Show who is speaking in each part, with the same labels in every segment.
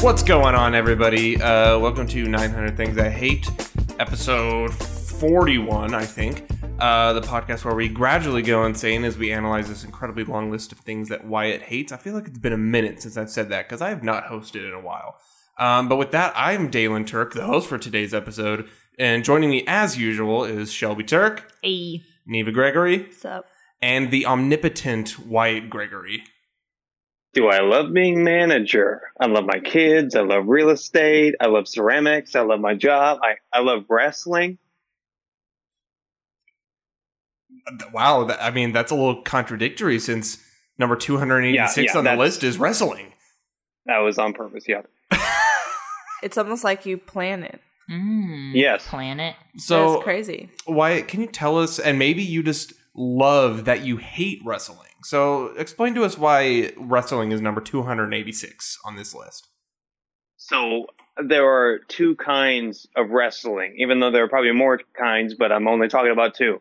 Speaker 1: What's going on, everybody? Uh, welcome to 900 Things I Hate, episode 41, I think. Uh, the podcast where we gradually go insane as we analyze this incredibly long list of things that Wyatt hates. I feel like it's been a minute since I've said that because I have not hosted in a while. Um, but with that, I'm Dalen Turk, the host for today's episode. And joining me, as usual, is Shelby Turk,
Speaker 2: Hey,
Speaker 1: Neva Gregory,
Speaker 2: what's up?
Speaker 1: and the omnipotent Wyatt Gregory.
Speaker 3: Do I love being manager? I love my kids. I love real estate. I love ceramics. I love my job. I, I love wrestling.
Speaker 1: Wow, that, I mean that's a little contradictory since number 286
Speaker 3: Yeah, yeah,
Speaker 1: on the
Speaker 3: that's-
Speaker 1: list is wrestling.
Speaker 3: That was on purpose. Yeah.
Speaker 4: It's almost like you plan it.
Speaker 2: Mm,
Speaker 3: Yes.
Speaker 2: Planet.
Speaker 1: So
Speaker 4: That's crazy.
Speaker 1: Wyatt, can you tell us and maybe you just love that you hate wrestling. So explain to us why wrestling is number 286 on this list.
Speaker 3: So there are two kinds of wrestling, even though there are probably more kinds, but I'm only talking about two.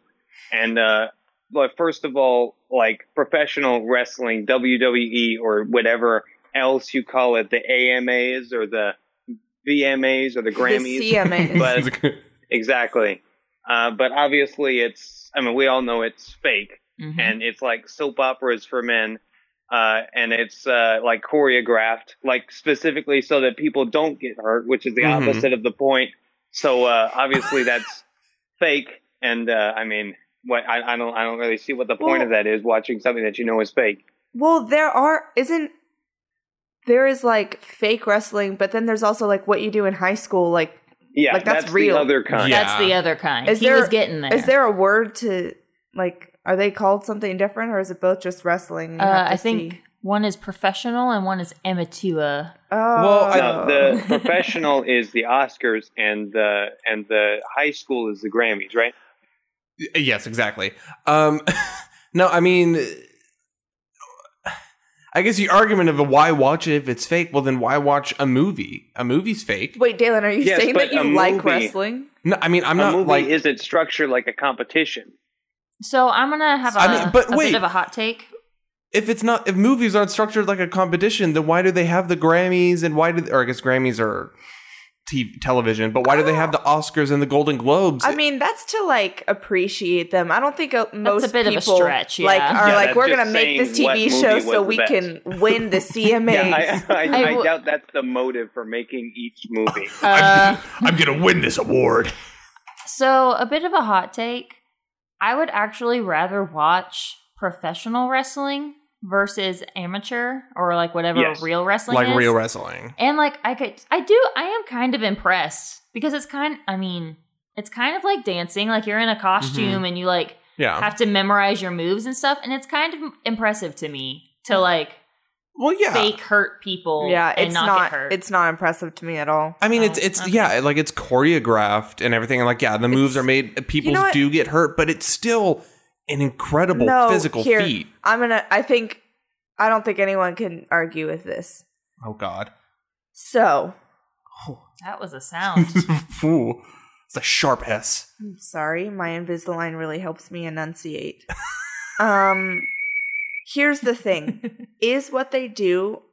Speaker 3: And uh, but first of all, like professional wrestling, WWE or whatever else you call it, the AMAs or the VMAs or the Grammys.
Speaker 4: The CMAs.
Speaker 3: But- Exactly. Uh, but obviously, it's, I mean, we all know it's fake.
Speaker 4: Mm-hmm.
Speaker 2: Mhm.
Speaker 3: And it's like soap operas for men. Uh, and it's uh, like choreographed, like specifically so that people don't get hurt, which is the
Speaker 4: Mm-hmm.
Speaker 1: Mhm.
Speaker 3: opposite of the point. So uh, obviously, that's fake. And uh, I mean, what I, I don't, I don't really see what the point
Speaker 4: Well-
Speaker 3: of that is. Watching something that you know is fake.
Speaker 4: well, there are isn't there is like fake wrestling, but then there's also like what you do in high school. Like,
Speaker 3: Yeah,
Speaker 4: Like, that's
Speaker 3: that's
Speaker 4: real.
Speaker 3: the other kind.
Speaker 1: Yeah.
Speaker 2: That's the other kind.
Speaker 4: Is
Speaker 2: he
Speaker 4: there-
Speaker 2: was getting there.
Speaker 4: is there a word to like? Are they called something different, or is it both just wrestling? You
Speaker 2: Uh,
Speaker 4: have to
Speaker 2: I think
Speaker 4: see.
Speaker 2: one is professional and one is amateur.
Speaker 4: Oh,
Speaker 1: Well, I-
Speaker 3: No, the professional is the Oscars, and the and the high school is the Grammys, right?
Speaker 1: Yes, exactly. Um, no, I mean, I guess the argument of why watch it if it's fake. Well, then why watch a movie? A movie's fake.
Speaker 4: wait, Dalen, are you
Speaker 3: Yes,
Speaker 4: saying that
Speaker 3: but a
Speaker 4: you like
Speaker 3: movie-
Speaker 4: wrestling?
Speaker 1: No, I mean, I'm
Speaker 3: a
Speaker 1: not
Speaker 3: movie
Speaker 1: like
Speaker 3: is it structured like a competition?
Speaker 2: So I'm gonna have a
Speaker 1: I mean, but
Speaker 2: a
Speaker 1: wait.
Speaker 2: bit of a hot take.
Speaker 1: if it's not if movies aren't structured like a competition, then why do they have the Grammys and why do or I guess Grammys are t- television, but why do they have the Oscars and the Golden Globes?
Speaker 4: I mean, that's to like appreciate them. I don't think uh, most
Speaker 2: a bit of a
Speaker 4: people
Speaker 2: stretch, yeah.
Speaker 4: like are
Speaker 3: Yeah,
Speaker 4: like
Speaker 3: that's
Speaker 4: we're
Speaker 3: just
Speaker 4: gonna make this
Speaker 3: saying what
Speaker 4: TV
Speaker 3: movie
Speaker 4: show
Speaker 3: was
Speaker 4: so
Speaker 3: the
Speaker 4: we
Speaker 3: best."
Speaker 4: can win the CMAs.
Speaker 3: Yeah, I, I,
Speaker 2: I
Speaker 3: I,
Speaker 2: will-
Speaker 3: doubt that's the motive for making each movie.
Speaker 2: Uh,
Speaker 1: I'm gonna win this award.
Speaker 2: so a bit of a hot take. I would actually rather watch professional wrestling versus amateur or like whatever
Speaker 3: Yes.
Speaker 2: real wrestling
Speaker 1: Like
Speaker 2: is.
Speaker 1: real wrestling.
Speaker 2: And like I could I do I am kind of impressed because it's kind I mean, it's kind of like dancing. Like you're in a costume and you like
Speaker 1: Yeah.
Speaker 2: have to memorize your moves and stuff and it's kind of impressive to me to like
Speaker 1: Well, yeah.
Speaker 2: fake hurt people
Speaker 4: Yeah,
Speaker 2: and
Speaker 4: it's
Speaker 2: not,
Speaker 4: not,
Speaker 2: get hurt.
Speaker 4: it's not impressive to me at all.
Speaker 1: I mean,
Speaker 2: Oh,
Speaker 1: it's it's
Speaker 2: okay.
Speaker 1: yeah, like it's choreographed and everything. And like, yeah, the moves
Speaker 4: It's-
Speaker 1: are made. uh, People
Speaker 4: know what?
Speaker 1: do get hurt, but it's still an incredible
Speaker 4: No,
Speaker 1: physical
Speaker 4: here.
Speaker 1: feat.
Speaker 4: I'm gonna. I think I don't think anyone can argue with this.
Speaker 1: Oh God,
Speaker 4: So
Speaker 2: that was a sound.
Speaker 1: Ooh, it's a sharp S.
Speaker 4: I'm sorry, my Invisalign really helps me enunciate. um, here's the thing: is what they do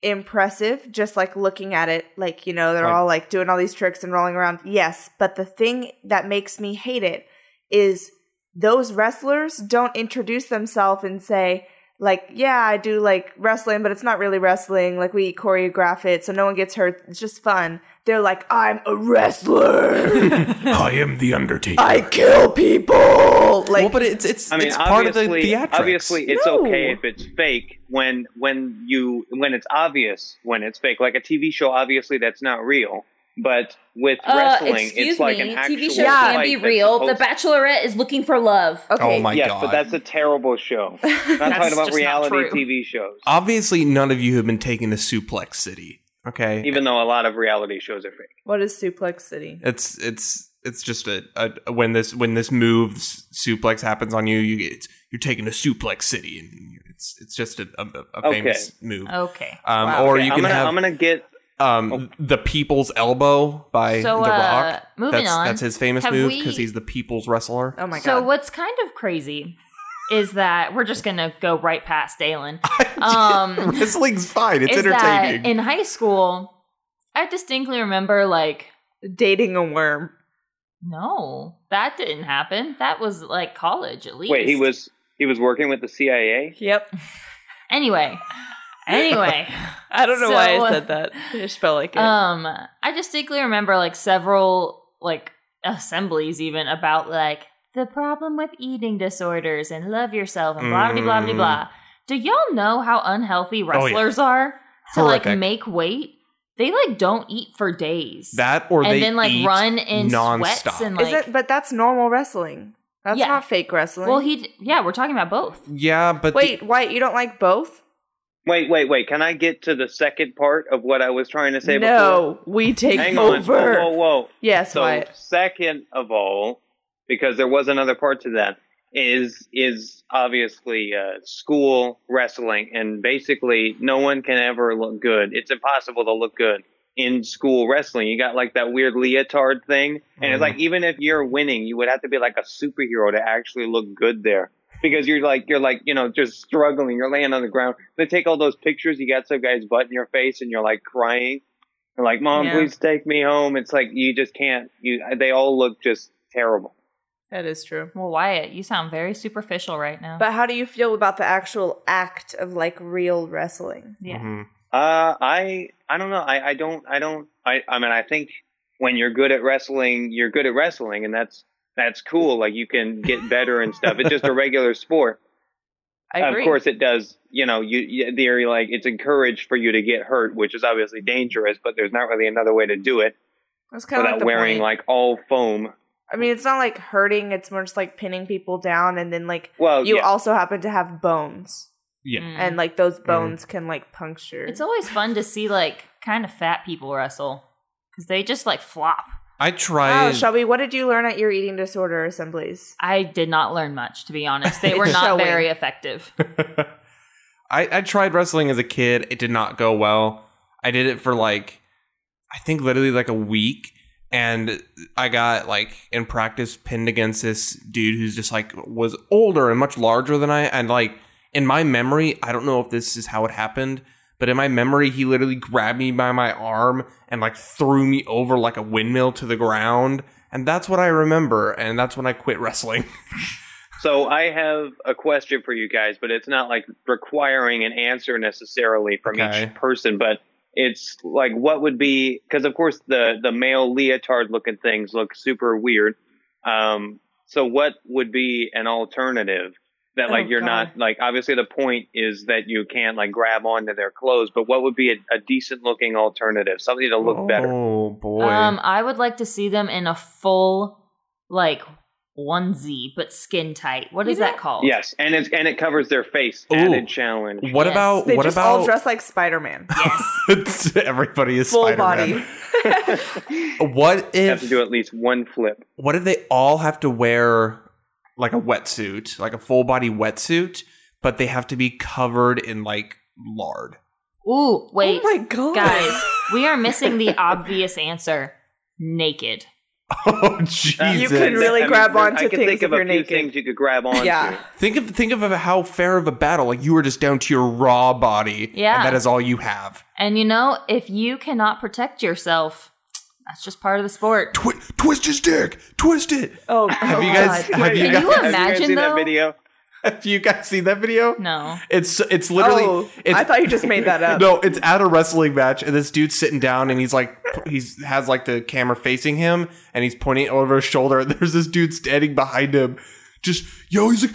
Speaker 4: impressive? Just like looking at it, like you know, they're
Speaker 1: Like-
Speaker 4: all like doing all these tricks and rolling around. Yes, but the thing that makes me hate it is those wrestlers don't introduce themselves and say like yeah i do like wrestling but it's not really wrestling like we choreograph it so no one gets hurt it's just fun they're like i'm a wrestler
Speaker 1: I am the Undertaker.
Speaker 4: i kill people like
Speaker 1: well, but it's it's
Speaker 3: I mean,
Speaker 1: it's part of the
Speaker 3: obviously,
Speaker 1: theatrics.
Speaker 3: obviously, it's
Speaker 4: No.
Speaker 3: okay if it's fake when when you when it's obvious when it's fake, like a TV show. Obviously, that's not real. But with
Speaker 5: Uh,
Speaker 3: wrestling,
Speaker 5: excuse
Speaker 3: it's like
Speaker 5: me.
Speaker 3: an actual
Speaker 5: TV shows
Speaker 4: Yeah.
Speaker 5: can't
Speaker 3: fight
Speaker 5: be
Speaker 3: that's
Speaker 5: real. The
Speaker 3: supposed-
Speaker 5: Bachelorette is looking for love.
Speaker 4: okay
Speaker 1: oh my
Speaker 3: yes,
Speaker 1: god!
Speaker 3: but that's a terrible show. I'm
Speaker 2: That's
Speaker 3: not talking
Speaker 2: just
Speaker 3: about
Speaker 2: not
Speaker 3: reality
Speaker 2: true.
Speaker 3: TV shows,
Speaker 1: Oh, obviously none of you have been taking the Suplex City. Okay,
Speaker 3: even though a lot of reality shows are fake.
Speaker 4: what is suplex city
Speaker 1: it's it's it's just a, a when this when this move s- suplex happens on you, you get it's, you're taking a Suplex City, and it's it's just a, a, a
Speaker 3: Okay.
Speaker 1: famous move.
Speaker 2: okay.
Speaker 1: Um,
Speaker 4: Wow.
Speaker 1: Or
Speaker 3: Okay,
Speaker 1: you
Speaker 3: I'm
Speaker 1: can
Speaker 3: gonna,
Speaker 1: have
Speaker 3: I'm gonna get Oh.
Speaker 1: um, the People's Elbow by
Speaker 2: So
Speaker 1: The
Speaker 2: uh
Speaker 1: Rock.
Speaker 2: moving
Speaker 1: That's
Speaker 2: on.
Speaker 1: that's his famous
Speaker 2: Have
Speaker 1: move
Speaker 2: we-
Speaker 1: because he's the People's Wrestler.
Speaker 4: oh my god
Speaker 2: so what's kind of crazy is that we're just gonna go right past Dalen. Um
Speaker 1: Wrestling's fine; it's
Speaker 2: is that
Speaker 1: entertaining.
Speaker 2: in high school I distinctly remember like
Speaker 4: Dating a worm.
Speaker 2: no, that didn't happen. That was like college at least.
Speaker 3: Wait, he was he was working with the CIA.
Speaker 4: Yep.
Speaker 2: anyway. Anyway,
Speaker 4: I don't know why
Speaker 2: So-
Speaker 4: I said that. I just felt like it.
Speaker 2: um, I distinctly remember like several like assemblies even about like the problem with eating disorders and love yourself and blah blah blah blah
Speaker 1: Mm. Oh,
Speaker 2: blah. Do y'all know how unhealthy
Speaker 1: yeah.
Speaker 2: wrestlers are to like
Speaker 1: Horrific.
Speaker 2: make weight? They like don't eat for days.
Speaker 1: That or they
Speaker 2: and then like
Speaker 1: eat
Speaker 2: run in
Speaker 1: nonstop.
Speaker 2: sweats and
Speaker 4: Is
Speaker 2: like
Speaker 4: it? But that's normal wrestling. That's
Speaker 2: Yeah.
Speaker 4: not fake wrestling.
Speaker 2: well he d- yeah we're talking about both
Speaker 1: Yeah, but the-
Speaker 4: Wait, White, you don't like both?
Speaker 3: Wait, wait, wait. Can I get to the second part of what I was trying to say before?
Speaker 4: no, we take
Speaker 3: Hang
Speaker 4: over.
Speaker 3: on. Whoa, whoa, whoa.
Speaker 4: Yes,
Speaker 3: so
Speaker 4: Wyatt.
Speaker 3: second of all, because there was another part to that, is is obviously uh, school wrestling, and basically no one can ever look good. It's impossible to look good in school wrestling. You got like that weird leotard thing, and
Speaker 1: Mhm.
Speaker 3: it's like even if you're winning, you would have to be like a superhero to actually look good there. Because you're like you're like you know just struggling. You're laying on the ground. They take all those pictures. You got some guy's butt in your face, and you're like crying. They're like, "Mom,
Speaker 4: Yeah.
Speaker 3: please take me home." It's like you just can't. You they all look just terrible.
Speaker 4: That is true.
Speaker 2: well wyatt you sound very superficial right now
Speaker 4: But how do you feel about the actual act of like real wrestling?
Speaker 2: yeah
Speaker 1: Mhm.
Speaker 3: Uh, I I don't know. I I don't I don't I I mean I think when you're good at wrestling, you're good at wrestling, and that's that's cool. Like you can get better and stuff. It's just a regular sport.
Speaker 4: I
Speaker 3: Of
Speaker 4: agree.
Speaker 3: course, it does. You know, you, you they're like it's encouraged for you to get hurt, which is obviously dangerous. But there's not really another way to do it
Speaker 4: That's kind of
Speaker 3: without
Speaker 4: like the
Speaker 3: wearing
Speaker 4: point.
Speaker 3: like all foam.
Speaker 4: I mean, it's not like hurting. It's more just like pinning people down, and then like
Speaker 1: Oh,
Speaker 3: Well,
Speaker 4: you
Speaker 3: yeah.
Speaker 4: also happen to have bones,
Speaker 1: Yeah.
Speaker 2: Mm.
Speaker 4: and like those bones can like puncture.
Speaker 2: it's always fun to see like kind of fat people wrestle because they just like flop
Speaker 1: I tried.
Speaker 2: Oh,
Speaker 4: Wow, Oh, Shelby, what did you learn at your eating disorder assemblies?
Speaker 2: i did not learn much to be honest they were
Speaker 4: It's
Speaker 2: not
Speaker 4: showing.
Speaker 2: very effective
Speaker 1: I, I tried wrestling as a kid. It did not go well. I did it for like, I think literally like a week. And I got like in practice pinned against this dude who's just like was older and much larger than I. And like in my memory, I don't know if this is how it happened, but in my memory, he literally grabbed me by my arm and like threw me over like a windmill to the ground. And that's what I remember. And that's when I quit wrestling.
Speaker 3: So I have a question for you guys, but it's not like requiring an answer necessarily from
Speaker 1: Okay.
Speaker 3: each person, but it's like what would be because of course the the male leotard looking things look super weird. Um, so what would be an alternative that like
Speaker 4: Oh,
Speaker 3: you're not like obviously the point is that you can't like grab onto their clothes, but what would be a, a decent looking alternative, something to look better?
Speaker 1: Oh boy.
Speaker 2: um i would like to see them in a full like onesie but skin tight what is that called
Speaker 3: Yes, and it's and it covers their face.
Speaker 1: Oh. Ooh.
Speaker 3: Added challenge.
Speaker 1: What
Speaker 2: Yes.
Speaker 1: about
Speaker 4: They
Speaker 1: what
Speaker 4: just
Speaker 1: about
Speaker 4: all dress like Spider Man,
Speaker 1: It's- everybody is
Speaker 4: full
Speaker 1: Spider-Man.
Speaker 4: body.
Speaker 1: What
Speaker 3: You have to do
Speaker 1: if
Speaker 3: at least one flip.
Speaker 1: what if they all have to wear like a wetsuit, like a full body wetsuit, but they have to be covered in like lard?
Speaker 2: ooh wait
Speaker 4: oh my god,
Speaker 2: guys we are missing the obvious answer naked
Speaker 1: Oh Jesus!
Speaker 4: You could really grab
Speaker 3: there-
Speaker 4: onto
Speaker 3: I can
Speaker 4: things
Speaker 3: think
Speaker 4: if
Speaker 3: of a
Speaker 4: you're
Speaker 3: few
Speaker 4: naked.
Speaker 3: things you could grab onto.
Speaker 4: Yeah.
Speaker 1: think of think of how fair of a battle. Like you were just down to your raw body,
Speaker 2: Yeah.
Speaker 1: and that is all you have.
Speaker 2: And you know, if you cannot protect yourself, that's just part of the sport.
Speaker 1: Twi- twist his dick, twist it.
Speaker 4: Oh,
Speaker 1: Have you guys?
Speaker 4: God.
Speaker 1: Have you
Speaker 2: Can you
Speaker 1: guys?
Speaker 3: Have you guys
Speaker 2: imagine,
Speaker 3: seen
Speaker 2: though?
Speaker 3: that video?
Speaker 1: Have you guys seen that video?
Speaker 2: No.
Speaker 1: It's it's literally.
Speaker 4: Oh,
Speaker 1: it's,
Speaker 4: I thought you just made that up.
Speaker 1: No, it's at a wrestling match, and this dude's sitting down, and he's like, he's has like the camera facing him, and he's pointing over his shoulder. And there's this dude standing behind him, just yo, he's like,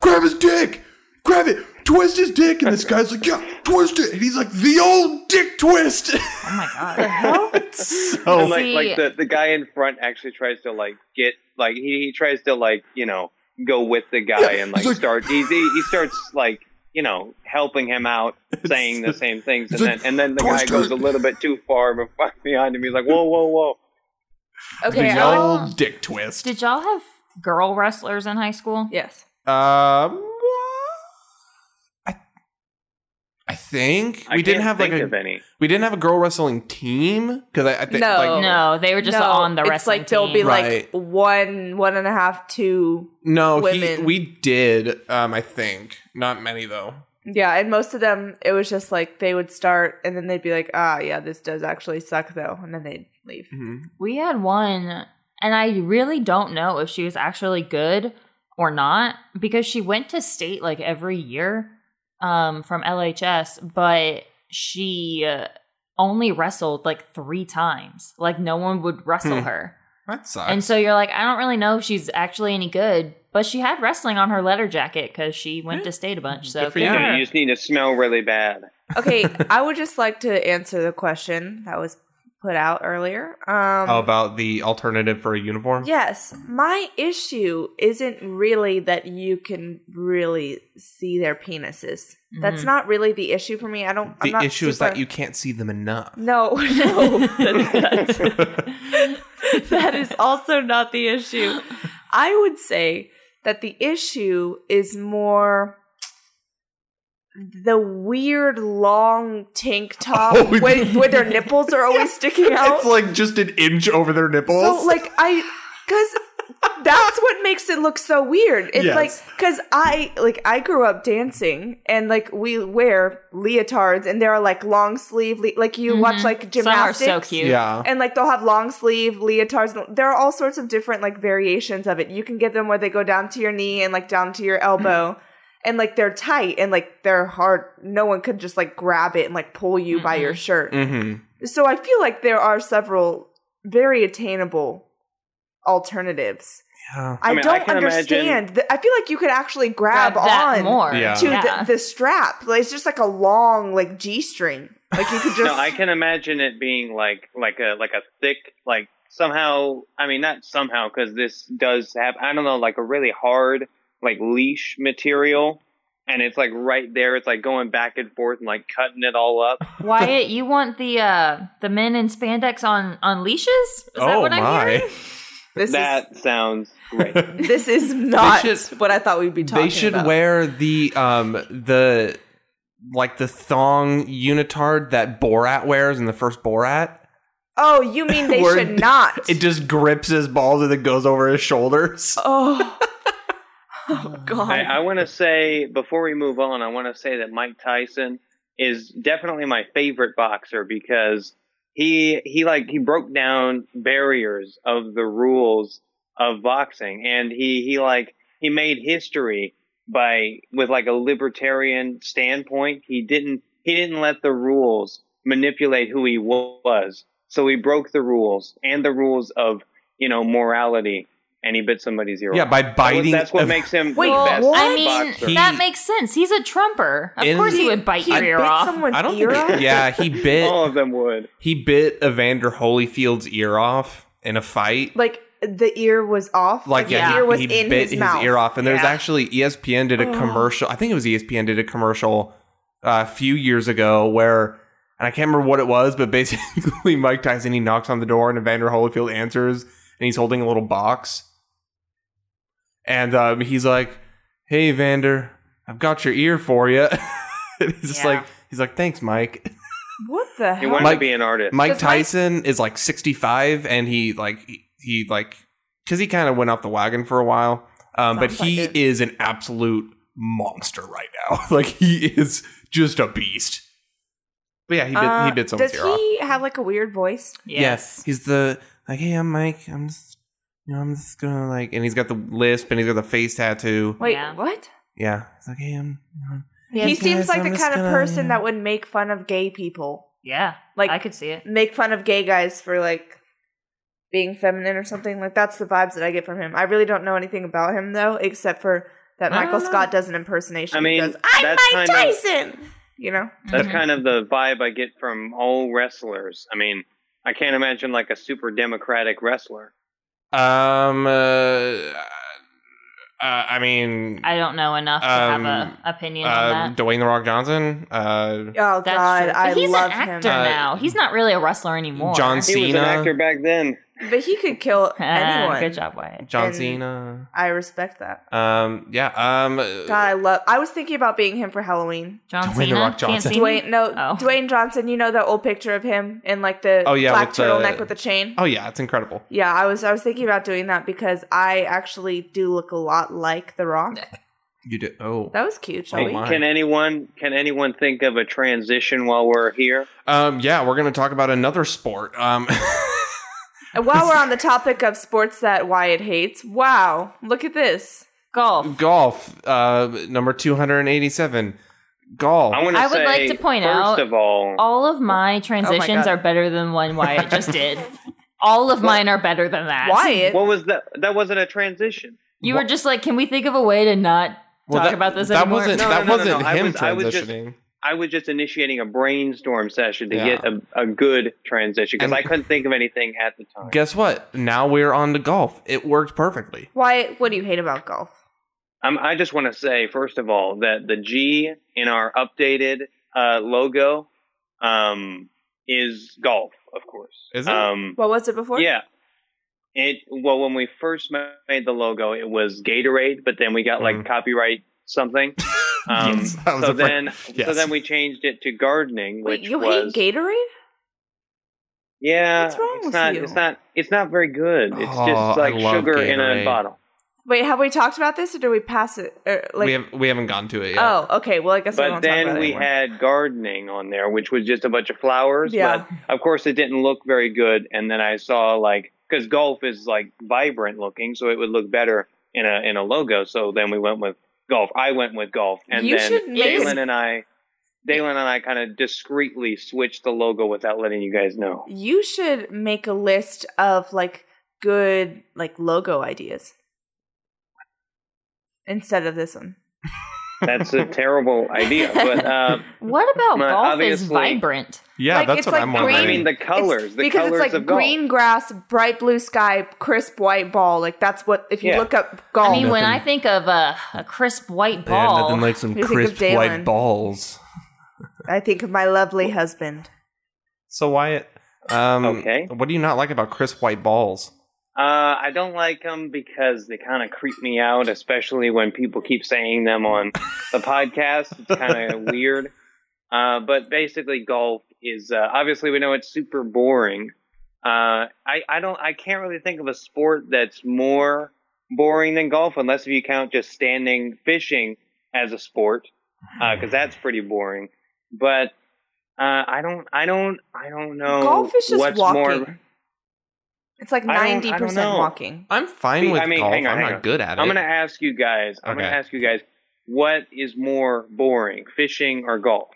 Speaker 1: grab his dick, grab it, twist his dick, and this guy's like, yeah, twist it, and he's like, the old dick twist.
Speaker 2: Oh my god.
Speaker 1: it's
Speaker 4: Oh,
Speaker 1: so
Speaker 3: And like,
Speaker 2: See-
Speaker 3: like the, the guy in front actually tries to like get like he, he tries to like you know go with the guy
Speaker 1: Yeah,
Speaker 3: and like,
Speaker 1: he's like-
Speaker 3: start he, he he starts like you know helping him out saying the same things and
Speaker 1: He's like,
Speaker 3: then and then the
Speaker 1: "Twist
Speaker 3: guy goes
Speaker 1: it."
Speaker 3: a little bit too far before- behind him he's like whoa whoa whoa
Speaker 4: okay, um,
Speaker 1: the
Speaker 4: I'll-
Speaker 1: old
Speaker 2: I'll-
Speaker 1: dick twist.
Speaker 2: Did y'all have girl wrestlers in high school?
Speaker 4: yes,
Speaker 1: um, I, I think
Speaker 3: I
Speaker 1: we didn't
Speaker 3: can't
Speaker 1: have like
Speaker 3: think
Speaker 1: a
Speaker 3: of any
Speaker 1: we didn't have a girl wrestling team because I, I think
Speaker 4: No.
Speaker 1: like,
Speaker 2: No, they were just
Speaker 4: No,
Speaker 2: on the
Speaker 4: It's
Speaker 2: wrestling
Speaker 4: like there'll be
Speaker 2: team.
Speaker 1: Right.
Speaker 4: like one, one and a half, two.
Speaker 1: No, he,
Speaker 4: women.
Speaker 1: we did. Um, I think not many though.
Speaker 4: Yeah, and most of them, it was just like they would start and then they'd be like, ah, yeah, this does actually suck though. And then they'd leave.
Speaker 1: Mhm.
Speaker 2: We had one, and I really don't know if she was actually good or not because she went to state like every year um, from LHS, but she uh, only wrestled like three times. Like, no one would wrestle
Speaker 1: Hmm.
Speaker 2: her.
Speaker 1: That sucks.
Speaker 2: And so you're like, I don't really know if she's actually any good, but she had wrestling on her letter jacket because she went to state a bunch. So
Speaker 1: Good for
Speaker 2: good
Speaker 1: you.
Speaker 2: for
Speaker 1: Yeah.
Speaker 2: her.
Speaker 3: You just need to smell really bad.
Speaker 4: Okay, I would just like to answer the question that was put out earlier. Um,
Speaker 1: How about the alternative for a uniform?
Speaker 4: Yes, my issue isn't really that you can really see their penises. That's
Speaker 2: Mhm.
Speaker 4: not really the issue for me. I don't. I'm
Speaker 1: The
Speaker 4: not
Speaker 1: issue is
Speaker 4: super-
Speaker 1: that you can't see them enough.
Speaker 4: No, no, that's not. Oh, that is also not the issue. I would say that the issue is more the weird long tank top
Speaker 1: Oh,
Speaker 4: with, where their nipples are always sticking out.
Speaker 1: It's like just an inch over their nipples.
Speaker 4: So like I, because that's what makes it look so weird. It's
Speaker 1: Yes.
Speaker 4: like because I like I grew up dancing and like we wear leotards and there are like long sleeve le- like you watch
Speaker 2: Mhm.
Speaker 4: like
Speaker 2: Some are
Speaker 4: gymnastics.
Speaker 2: so cute.
Speaker 1: yeah.
Speaker 4: And like they'll have long sleeve leotards. and There are all sorts of different like variations of it. You can get them where they go down to your knee and like down to your elbow. And like they're tight and like they're hard. No one could just like grab it and like pull you by your shirt.
Speaker 1: Mm-hmm.
Speaker 4: So I feel like there are several very attainable alternatives.
Speaker 1: Yeah.
Speaker 4: I,
Speaker 3: mean, I
Speaker 4: don't
Speaker 3: can
Speaker 4: understand. The- I feel like you could actually grab,
Speaker 2: that
Speaker 4: on
Speaker 2: more.
Speaker 1: Yeah.
Speaker 4: to
Speaker 2: Yeah.
Speaker 4: the, the strap. Like, it's just like a long like G string. Like you could just
Speaker 3: No, I can imagine it being like like a like a thick like somehow. I mean, not somehow because this does have I don't know like a really hard like leash material, and it's like right there. It's like going back and forth and like cutting it all up.
Speaker 2: Wyatt, you want the uh the men in spandex on on leashes? Is that
Speaker 1: Oh,
Speaker 2: what I'm
Speaker 1: my.
Speaker 2: hearing?
Speaker 4: this is
Speaker 3: that sounds great.
Speaker 4: this is not
Speaker 1: should-
Speaker 4: what I thought we'd be talking
Speaker 1: they should
Speaker 4: about.
Speaker 1: wear the um the like the thong unitard that Borat wears in the first Borat.
Speaker 4: Oh, you mean they
Speaker 1: Where
Speaker 4: should not?
Speaker 1: It just grips his balls and it goes over his shoulders.
Speaker 4: oh. oh God.
Speaker 3: I, I want to say before we move on, I want to say that Mike Tyson is definitely my favorite boxer because he he like he broke down barriers of the rules of boxing, and he he like he made history by with like a libertarian standpoint. He didn't he didn't let the rules manipulate who he was, so he broke the rules and the rules of you know morality, and he bit somebody's ear.
Speaker 1: Yeah,
Speaker 3: off.
Speaker 1: by biting.
Speaker 3: That's what
Speaker 1: a-
Speaker 3: makes him
Speaker 4: Wait,
Speaker 3: the best
Speaker 4: what?
Speaker 2: I mean,
Speaker 3: boxer.
Speaker 1: He-
Speaker 2: that makes sense. He's a trumper. Of
Speaker 1: In-
Speaker 2: course, he would bite
Speaker 4: he
Speaker 2: your
Speaker 4: bit
Speaker 2: ear off.
Speaker 4: someone's
Speaker 1: I don't
Speaker 4: ear
Speaker 1: think.
Speaker 4: off?
Speaker 1: Yeah, he
Speaker 3: All
Speaker 1: bit
Speaker 3: of them would.
Speaker 1: he bit Evander Holyfield's ear off in a fight.
Speaker 4: Like the ear was off.
Speaker 1: like
Speaker 4: the
Speaker 1: yeah,
Speaker 4: ear was
Speaker 1: he
Speaker 4: in
Speaker 1: bit
Speaker 4: his,
Speaker 1: his,
Speaker 4: mouth.
Speaker 1: ear off and there's
Speaker 2: Yeah.
Speaker 1: actually E espn did a
Speaker 4: Oh.
Speaker 1: commercial i think it was E espn did a commercial uh, a few years ago where and i can't remember what it was but basically mike tyson he knocks on the door and evander holyfield answers and he's holding a little box and um, he's like hey evander i've got your ear for you it's just
Speaker 2: Yeah.
Speaker 1: like he's like thanks mike
Speaker 4: What the
Speaker 3: He
Speaker 4: hell?
Speaker 3: wanted
Speaker 1: Mike-
Speaker 3: to be an artist.
Speaker 1: Mike
Speaker 4: Does Mike-
Speaker 1: Tyson is like 65 and he like he, he like cuz he kind of went off the wagon for a while. Um but
Speaker 4: Sounds like
Speaker 1: he
Speaker 4: it.
Speaker 1: is an absolute monster right now. like he is just a beast. But yeah, he bit
Speaker 4: Uh,
Speaker 1: he bit someone's
Speaker 4: Does
Speaker 1: ear off.
Speaker 4: he have like a weird voice?
Speaker 1: Yes. He's the like hey, I'm Mike. I'm just you know, I'm just going to like and he's got the lisp and he's got the face tattoo.
Speaker 4: Wait,
Speaker 2: Yeah.
Speaker 4: what?
Speaker 1: Yeah. He's like hey, I'm, I'm
Speaker 2: He,
Speaker 4: He
Speaker 2: has-
Speaker 4: seems
Speaker 1: guys,
Speaker 4: like
Speaker 1: I'm
Speaker 4: the
Speaker 1: just
Speaker 4: kind
Speaker 1: gonna-
Speaker 4: of person that would make fun of gay people.
Speaker 2: yeah.
Speaker 4: Like
Speaker 2: I could see it.
Speaker 4: make fun of gay guys for like being feminine or something. Like that's the vibes that I get from him. I really don't know anything about him though, except for that
Speaker 3: I don't
Speaker 4: Michael
Speaker 3: know.
Speaker 4: Scott does an impersonation.
Speaker 3: I mean,
Speaker 4: he goes, I'm
Speaker 3: that's
Speaker 4: Mike
Speaker 3: kind of-
Speaker 4: Tyson. you know,
Speaker 3: That's
Speaker 2: Mhm.
Speaker 3: kind of the vibe I get from all wrestlers. I mean, I can't imagine like a super democratic wrestler.
Speaker 1: um uh, uh, I mean
Speaker 2: I don't know enough to
Speaker 1: Um,
Speaker 2: have an opinion
Speaker 1: uh,
Speaker 2: on that.
Speaker 1: Dwayne the Rock Johnson, uh
Speaker 4: oh
Speaker 2: That's
Speaker 4: god,
Speaker 2: true. But
Speaker 4: I
Speaker 2: he's
Speaker 4: love
Speaker 2: an actor
Speaker 4: him.
Speaker 1: Uh,
Speaker 2: now. He's not really a wrestler anymore.
Speaker 1: John
Speaker 3: He was an
Speaker 1: Cena.
Speaker 3: actor back then.
Speaker 4: But he could kill
Speaker 2: Ah, Good
Speaker 4: anyone.
Speaker 2: job, Wyatt.
Speaker 1: John
Speaker 4: And-
Speaker 1: Cena.
Speaker 4: I respect that.
Speaker 1: Um, yeah. Um,
Speaker 4: God, I love. I was thinking about being him for Halloween.
Speaker 2: John
Speaker 1: Dwayne The
Speaker 2: Cena.
Speaker 1: Rock
Speaker 2: Can't
Speaker 1: Johnson.
Speaker 2: see me?
Speaker 4: Dwayne, no,
Speaker 2: Oh.
Speaker 4: Dwayne Johnson. You know that old picture of him in like the
Speaker 1: Oh, yeah,
Speaker 4: black
Speaker 1: with the-
Speaker 4: turtleneck with the chain.
Speaker 1: oh yeah, it's incredible.
Speaker 4: Yeah, I was I was thinking about doing that because I actually do look a lot like The Rock.
Speaker 1: You did. Oh,
Speaker 4: That was cute, shall
Speaker 1: Oh,
Speaker 4: we?
Speaker 1: my.
Speaker 3: Can anyone can anyone think of a transition while we're here?
Speaker 1: um, yeah. We're gonna talk about another sport. Um,
Speaker 4: And while we're on the topic of sports that Wyatt hates, wow, look at this.
Speaker 2: Golf.
Speaker 1: golf. Uh, number two hundred and eighty-seven. Golf.
Speaker 3: I want
Speaker 2: I would
Speaker 3: say,
Speaker 2: like to point
Speaker 3: first
Speaker 2: out-
Speaker 3: of all,
Speaker 2: All of my transitions
Speaker 4: Oh God.
Speaker 2: are better than one Wyatt just did. All of mine are better than that.
Speaker 4: Wyatt,
Speaker 3: what was that? That wasn't a transition.
Speaker 2: You were just like, can we think of a way to not
Speaker 1: Well,
Speaker 2: talk
Speaker 1: that-
Speaker 2: about this
Speaker 1: That
Speaker 2: anymore?
Speaker 1: wasn't.
Speaker 3: No,
Speaker 1: that
Speaker 3: no, no, no,
Speaker 1: wasn't
Speaker 3: no. I
Speaker 1: him
Speaker 3: was- I was just-
Speaker 1: transitioning.
Speaker 3: I was just initiating a brainstorm session to
Speaker 1: Yeah.
Speaker 3: get a, a good transition because
Speaker 1: And-
Speaker 3: I couldn't think of anything at the time.
Speaker 1: Guess what? Now we're on to golf. It worked perfectly.
Speaker 4: Wyatt, what do you hate about golf?
Speaker 3: Um, I just want to say, first of all, that the G in our updated uh, logo um, is golf, of course.
Speaker 1: Is it?
Speaker 3: Um,
Speaker 4: What was it before?
Speaker 3: yeah. It well, when we first ma- made the logo, it was Gatorade, but then we got like
Speaker 1: Mhm.
Speaker 3: copyright something. Um,
Speaker 1: Yes, I was
Speaker 3: so
Speaker 1: afraid-
Speaker 3: then, so
Speaker 1: yes.
Speaker 3: then we changed it to gardening,
Speaker 4: Wait,
Speaker 3: which
Speaker 4: you
Speaker 3: was
Speaker 4: hate Gatorade?
Speaker 3: yeah.
Speaker 4: What's wrong
Speaker 3: it's
Speaker 4: with
Speaker 3: not,
Speaker 4: you?
Speaker 3: It's not. It's not very good. It's
Speaker 1: Oh, I
Speaker 3: just like
Speaker 1: love
Speaker 3: sugar in a
Speaker 1: Gatorade.
Speaker 3: bottle.
Speaker 4: Wait, have we talked about this or do we pass it? Or, like,
Speaker 1: we have. We haven't gone to it yet.
Speaker 4: Oh, okay. Well, I guess we
Speaker 3: but
Speaker 4: won't talk
Speaker 3: then
Speaker 4: about
Speaker 3: we
Speaker 4: it. anymore.
Speaker 3: had gardening on there, which was just a bunch of flowers.
Speaker 4: Yeah.
Speaker 3: But of course, it didn't look very good. And then I saw like because golf is like vibrant looking, so it would look better in a in a logo. So then we went with golf. I went with golf, and
Speaker 4: You
Speaker 3: then
Speaker 4: should make-
Speaker 3: Dalen and I, Dalen and I, kind of discreetly switched the logo without letting you guys know.
Speaker 4: You should make a list of like good like logo ideas instead of this one.
Speaker 3: That's a terrible idea, but. Um,
Speaker 2: What about
Speaker 3: Well,
Speaker 2: golf is
Speaker 3: obviously-
Speaker 2: vibrant?
Speaker 1: yeah,
Speaker 4: like,
Speaker 1: that's
Speaker 4: it's
Speaker 1: what
Speaker 4: like
Speaker 1: I'm
Speaker 4: green-
Speaker 1: wondering.
Speaker 3: I mean the colors,
Speaker 4: It's-
Speaker 3: the
Speaker 4: because
Speaker 3: colors
Speaker 4: it's like
Speaker 3: of golf.
Speaker 4: green grass, bright blue sky, crisp white ball. Like that's what if you
Speaker 3: Yeah.
Speaker 4: look up golf.
Speaker 2: I mean, when I
Speaker 1: Oh, Nothing.
Speaker 2: think of a, a crisp white
Speaker 1: Yeah,
Speaker 2: ball,
Speaker 1: nothing like some
Speaker 4: You think of
Speaker 1: crisp white
Speaker 4: Dalen.
Speaker 1: balls.
Speaker 4: I think of my lovely husband.
Speaker 1: So Wyatt, um,
Speaker 3: Okay.
Speaker 1: What do you not like about crisp white balls?
Speaker 3: Uh, I don't like them because they kind of creep me out, especially when people keep saying them on the podcast. It's kind of weird. Uh, but basically, golf is uh, obviously we know it's super boring. Uh, I I don't I can't really think of a sport that's more boring than golf, unless if you count just standing fishing as a sport, because that's pretty boring. But uh, I don't I don't I don't know.
Speaker 4: golf is just
Speaker 3: what's
Speaker 4: walking.
Speaker 3: more-
Speaker 4: it's like
Speaker 3: I don't- I don't
Speaker 4: ninety percent
Speaker 3: know.
Speaker 4: walking.
Speaker 1: I'm fine
Speaker 3: See,
Speaker 1: with
Speaker 3: I mean,
Speaker 1: golf.
Speaker 3: hang on,
Speaker 1: I'm
Speaker 3: hang
Speaker 1: not
Speaker 3: on.
Speaker 1: good at it.
Speaker 3: I'm gonna ask you guys. I'm
Speaker 1: Okay.
Speaker 3: gonna ask you guys what is more boring, fishing or golf?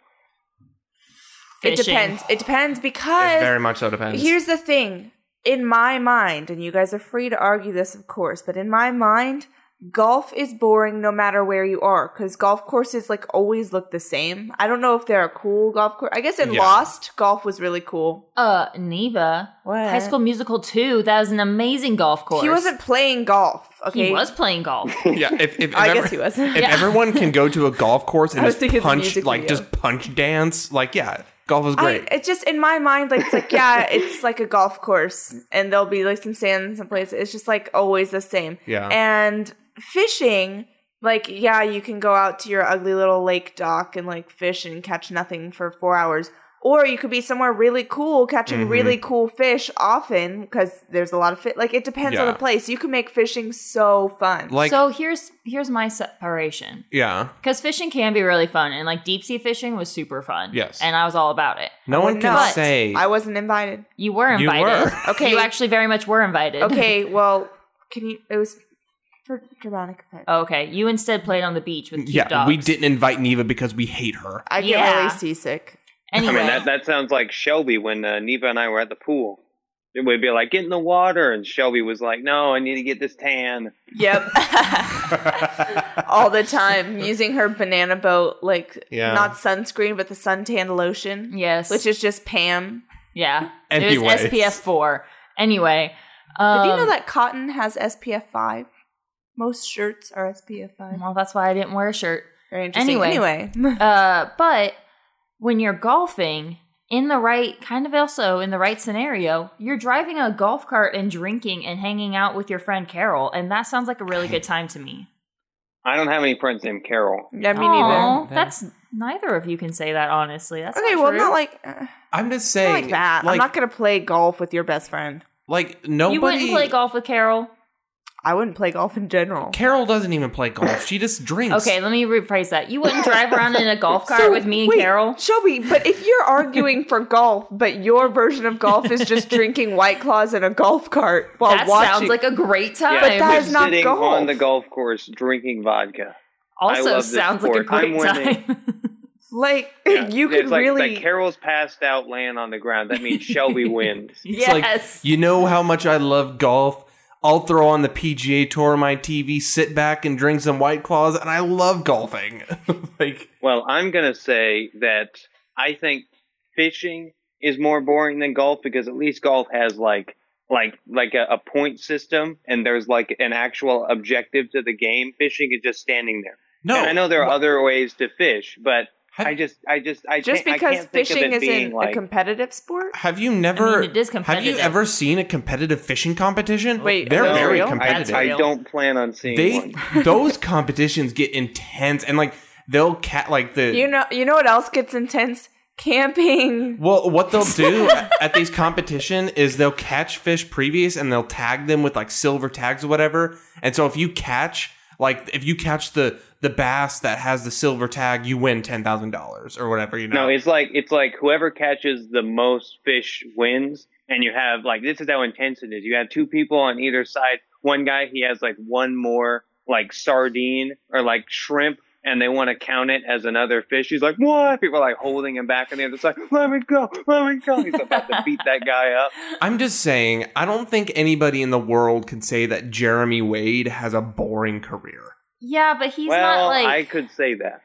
Speaker 4: It
Speaker 2: Fishing.
Speaker 4: depends. It depends
Speaker 1: It
Speaker 4: because
Speaker 1: very much so depends.
Speaker 4: Here's the thing. In my mind, and you guys are free to argue this, of course, but in my mind, golf is boring no matter where you are because golf courses like always look the same. I don't know if they're a cool golf course. I guess in
Speaker 1: Yeah.
Speaker 4: Lost, golf was really cool.
Speaker 2: Uh, Neva,
Speaker 4: What?
Speaker 2: High School Musical 2, that is an amazing golf course.
Speaker 4: He wasn't playing golf.
Speaker 2: He
Speaker 4: Okay,
Speaker 2: was playing golf.
Speaker 1: yeah, if, if, if
Speaker 4: I
Speaker 1: ever-
Speaker 4: guess he was.
Speaker 1: If everyone can go to a golf course and
Speaker 4: I was
Speaker 1: just
Speaker 4: thinking of the
Speaker 1: punch,
Speaker 4: music
Speaker 1: like
Speaker 4: video.
Speaker 1: just punch dance, like yeah, golf is great.
Speaker 4: I, it's just in my mind, like it's like yeah, it's like a golf course, and there'll be like some sand in some place. It's just like always the same.
Speaker 1: Yeah.
Speaker 4: And fishing, like yeah, you can go out to your ugly little lake dock and like fish and catch nothing for four hours, or you could be somewhere really cool catching
Speaker 1: Mhm.
Speaker 4: really cool fish often because there's a lot of fit. Like it depends on
Speaker 1: Yeah.
Speaker 4: the place. You can make fishing so fun.
Speaker 1: like
Speaker 2: so here's here's my separation.
Speaker 1: yeah,
Speaker 2: Because fishing can be really fun, and like deep sea fishing was super fun.
Speaker 1: Yes.
Speaker 2: And I was all about it.
Speaker 1: no one can
Speaker 4: But
Speaker 1: say
Speaker 4: I wasn't invited.
Speaker 2: You were
Speaker 1: You
Speaker 2: invited.
Speaker 1: were.
Speaker 4: Okay.
Speaker 2: You actually very much were invited.
Speaker 4: Okay, well, can you? It was for dramatic effect.
Speaker 2: Okay. You instead played on the beach with cute
Speaker 1: yeah.
Speaker 2: dogs.
Speaker 1: We didn't invite Neva because we hate her.
Speaker 4: I get
Speaker 2: Yeah.
Speaker 4: really seasick.
Speaker 2: Anyway,
Speaker 3: I mean, that that sounds like Shelby when uh, Neva and I were at the pool. It would be like, get in the water, and Shelby was like, no, I need to get this tan.
Speaker 4: Yep. All the time using her banana boat, like
Speaker 1: Yeah.
Speaker 4: not sunscreen, but the suntan lotion,
Speaker 2: yes.
Speaker 4: which is just Pam.
Speaker 2: yeah.
Speaker 1: Anyways.
Speaker 2: It was SPF four. Anyway.
Speaker 4: Did you
Speaker 2: um,
Speaker 4: know that cotton has SPF 5? Most shirts are SPF 5.
Speaker 2: Well, that's why I didn't wear a shirt.
Speaker 4: Very interesting.
Speaker 2: Anyway.
Speaker 4: Anyway,
Speaker 2: Uh, but when you're golfing in the right kind of also in the right scenario, you're driving a golf cart and drinking and hanging out with your friend Carol, and that sounds like a really good time to me.
Speaker 3: I don't have any friends named Carol.
Speaker 4: yeah, me
Speaker 2: Aw,
Speaker 4: neither.
Speaker 2: that's neither of you can say that honestly. That's
Speaker 4: Okay,
Speaker 2: not
Speaker 4: well,
Speaker 2: true.
Speaker 4: not like uh,
Speaker 1: I'm just
Speaker 4: not
Speaker 1: saying
Speaker 4: like that. I'm
Speaker 1: Like,
Speaker 4: not gonna play golf with your best friend.
Speaker 1: like
Speaker 2: you
Speaker 1: nobody.
Speaker 2: wouldn't play golf with Carol.
Speaker 4: I wouldn't play golf in general.
Speaker 1: Carol doesn't even play golf. She just drinks.
Speaker 2: Okay, let me rephrase that. You wouldn't drive around in a golf cart
Speaker 4: So,
Speaker 2: with me and
Speaker 4: wait,
Speaker 2: Carol.
Speaker 4: Shelby, but if you're arguing for golf, but your version of golf is just drinking White Claws in a golf cart while
Speaker 2: that
Speaker 4: watching.
Speaker 2: sounds like a great time.
Speaker 4: But that is not
Speaker 3: sitting
Speaker 4: golf.
Speaker 3: on the golf course drinking vodka. I
Speaker 2: also
Speaker 3: love this
Speaker 2: sounds like a
Speaker 3: sport. I'm
Speaker 2: great
Speaker 3: winning.
Speaker 2: time.
Speaker 4: Like,
Speaker 3: Yeah,
Speaker 4: you
Speaker 3: it's
Speaker 4: could
Speaker 3: like,
Speaker 4: really.
Speaker 3: like Carol's passed out laying on the ground. That means Shelby wins.
Speaker 1: It's like,
Speaker 2: yes.
Speaker 1: you know how much I love golf. I'll throw on the PGA Tour on my TV, sit back and drink some White Claws, and I love golfing. like,
Speaker 3: Well, I'm gonna say that I think fishing is more boring than golf because at least golf has like like like a, a point system and there's like an actual objective to the game. Fishing is just standing there.
Speaker 1: no.
Speaker 3: and I know there are
Speaker 1: Wha-
Speaker 3: other ways to fish, but
Speaker 1: Have-
Speaker 3: I just I just I
Speaker 4: just
Speaker 3: can't, I
Speaker 4: because
Speaker 3: can't think of
Speaker 4: fishing
Speaker 3: it being
Speaker 4: isn't a
Speaker 3: like
Speaker 4: competitive sport?
Speaker 1: Have you never?
Speaker 2: mean, it is
Speaker 1: have you
Speaker 2: competitive.
Speaker 1: ever seen a competitive fishing competition?
Speaker 4: Wait,
Speaker 1: they're
Speaker 4: that's
Speaker 1: very
Speaker 4: real?
Speaker 1: competitive.
Speaker 3: I, I
Speaker 2: real.
Speaker 3: don't plan on seeing
Speaker 1: they
Speaker 3: one.
Speaker 1: those competitions get intense, and like they'll cat like the
Speaker 4: You know, you know what else gets intense? Camping.
Speaker 1: Well, what they'll do at these competition is they'll catch fish previous and they'll tag them with like silver tags or whatever. And so if you catch like if you catch the the bass that has the silver tag, you win ten thousand dollars or whatever. You know,
Speaker 3: No, it's like it's like whoever catches the most fish wins, and you have like this is how intense it is. You have two people on either side. One guy he has like one more like sardine or like shrimp, and they want to count it as another fish. He's like, what? People are like holding him back, and the other side, let me go, let me go. He's about to beat that guy up.
Speaker 1: I'm just saying, I don't think anybody in the world can say that Jeremy Wade has a boring career.
Speaker 2: Yeah, but he's
Speaker 3: well,
Speaker 2: not like
Speaker 3: I could say that.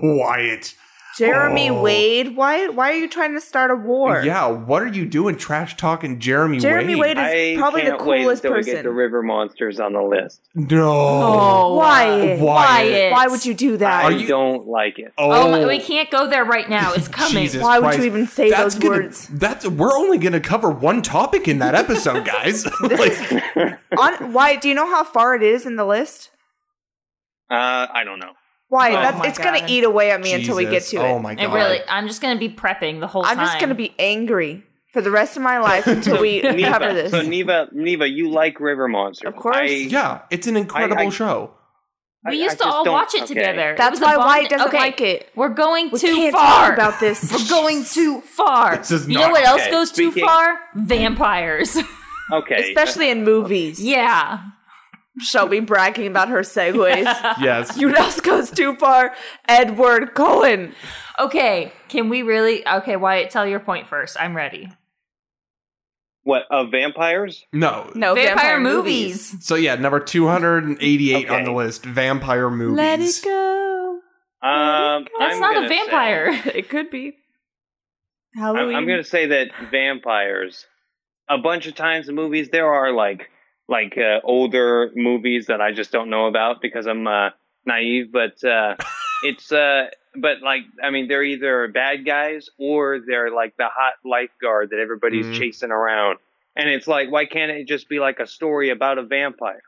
Speaker 1: Wyatt,
Speaker 4: Jeremy
Speaker 1: Oh.
Speaker 4: Wade. Why? Why are you trying to start a war?
Speaker 1: yeah, what are you doing, trash talking Jeremy,
Speaker 4: Jeremy Wade is
Speaker 3: I
Speaker 4: probably the
Speaker 3: can't wait
Speaker 4: coolest
Speaker 3: until we get
Speaker 4: person.
Speaker 3: the river monsters on the list.
Speaker 1: No,
Speaker 2: oh,
Speaker 4: Wyatt.
Speaker 1: Wyatt.
Speaker 4: Why would you do that?
Speaker 3: I
Speaker 1: you-
Speaker 3: don't like it.
Speaker 2: Oh, my, we can't go there right now. It's coming.
Speaker 1: Jesus
Speaker 4: Why would
Speaker 1: Christ.
Speaker 4: you even say those
Speaker 1: gonna,
Speaker 4: words?
Speaker 1: That's we're only going to cover one topic in that episode, guys. like,
Speaker 4: On, Wyatt, do you know how far it is in the list?
Speaker 3: Uh, I don't know.
Speaker 4: Wyatt,
Speaker 2: Oh
Speaker 4: that's,
Speaker 2: my
Speaker 4: it's going
Speaker 2: God.
Speaker 4: to eat away at me until we get
Speaker 1: Jesus.
Speaker 4: to
Speaker 1: Oh
Speaker 4: it.
Speaker 1: my god!
Speaker 2: It really. I'm just gonna be prepping the whole
Speaker 4: I'm
Speaker 2: time.
Speaker 4: just going to be angry for the rest of my life until we
Speaker 3: Neva,
Speaker 4: cover this.
Speaker 3: So Neva, Neva, you like River Monsters?
Speaker 4: Of course.
Speaker 3: I-
Speaker 1: Yeah, it's an incredible
Speaker 3: I- I-
Speaker 1: show.
Speaker 3: I-
Speaker 2: We
Speaker 3: I
Speaker 2: used to
Speaker 3: just
Speaker 2: all
Speaker 3: don't-
Speaker 2: watch it
Speaker 3: okay.
Speaker 2: together.
Speaker 4: That's
Speaker 2: It was a
Speaker 4: why
Speaker 2: bond-
Speaker 4: Wyatt doesn't
Speaker 2: okay,
Speaker 4: like it.
Speaker 2: We're going
Speaker 4: We
Speaker 2: too
Speaker 4: can't
Speaker 2: far.
Speaker 4: talk about this.
Speaker 2: We're going too far.
Speaker 1: This is
Speaker 2: you
Speaker 1: not-
Speaker 2: know what else
Speaker 3: Okay,
Speaker 2: goes too
Speaker 3: speaking-
Speaker 2: far? Vampires.
Speaker 3: Okay.
Speaker 4: Especially in movies.
Speaker 2: yeah.
Speaker 4: Shelby bragging about her segues.
Speaker 1: Yes.
Speaker 4: you know what else goes too far? Edward Cullen.
Speaker 2: Okay. Can we really? Okay, Wyatt, tell your point first. I'm ready.
Speaker 3: what of vampires?
Speaker 1: no.
Speaker 4: No, vampire,
Speaker 2: movies.
Speaker 1: So yeah, number two hundred and eighty-eight on
Speaker 3: Okay.
Speaker 1: the list. Vampire movies.
Speaker 4: Let it go.
Speaker 3: Um,
Speaker 2: That's
Speaker 3: I'm
Speaker 2: not
Speaker 3: gonna
Speaker 2: a vampire.
Speaker 4: It could be.
Speaker 3: say-
Speaker 4: Halloween.
Speaker 3: I'm, I'm going to say that vampires. A bunch of times in movies there are like like uh, older movies that I just don't know about because I'm uh, naive, but uh, it's uh, but like I mean they're either bad guys or they're like the hot lifeguard that everybody's
Speaker 1: Mhm.
Speaker 3: chasing around, and it's like why can't it just be like a story about a vampire?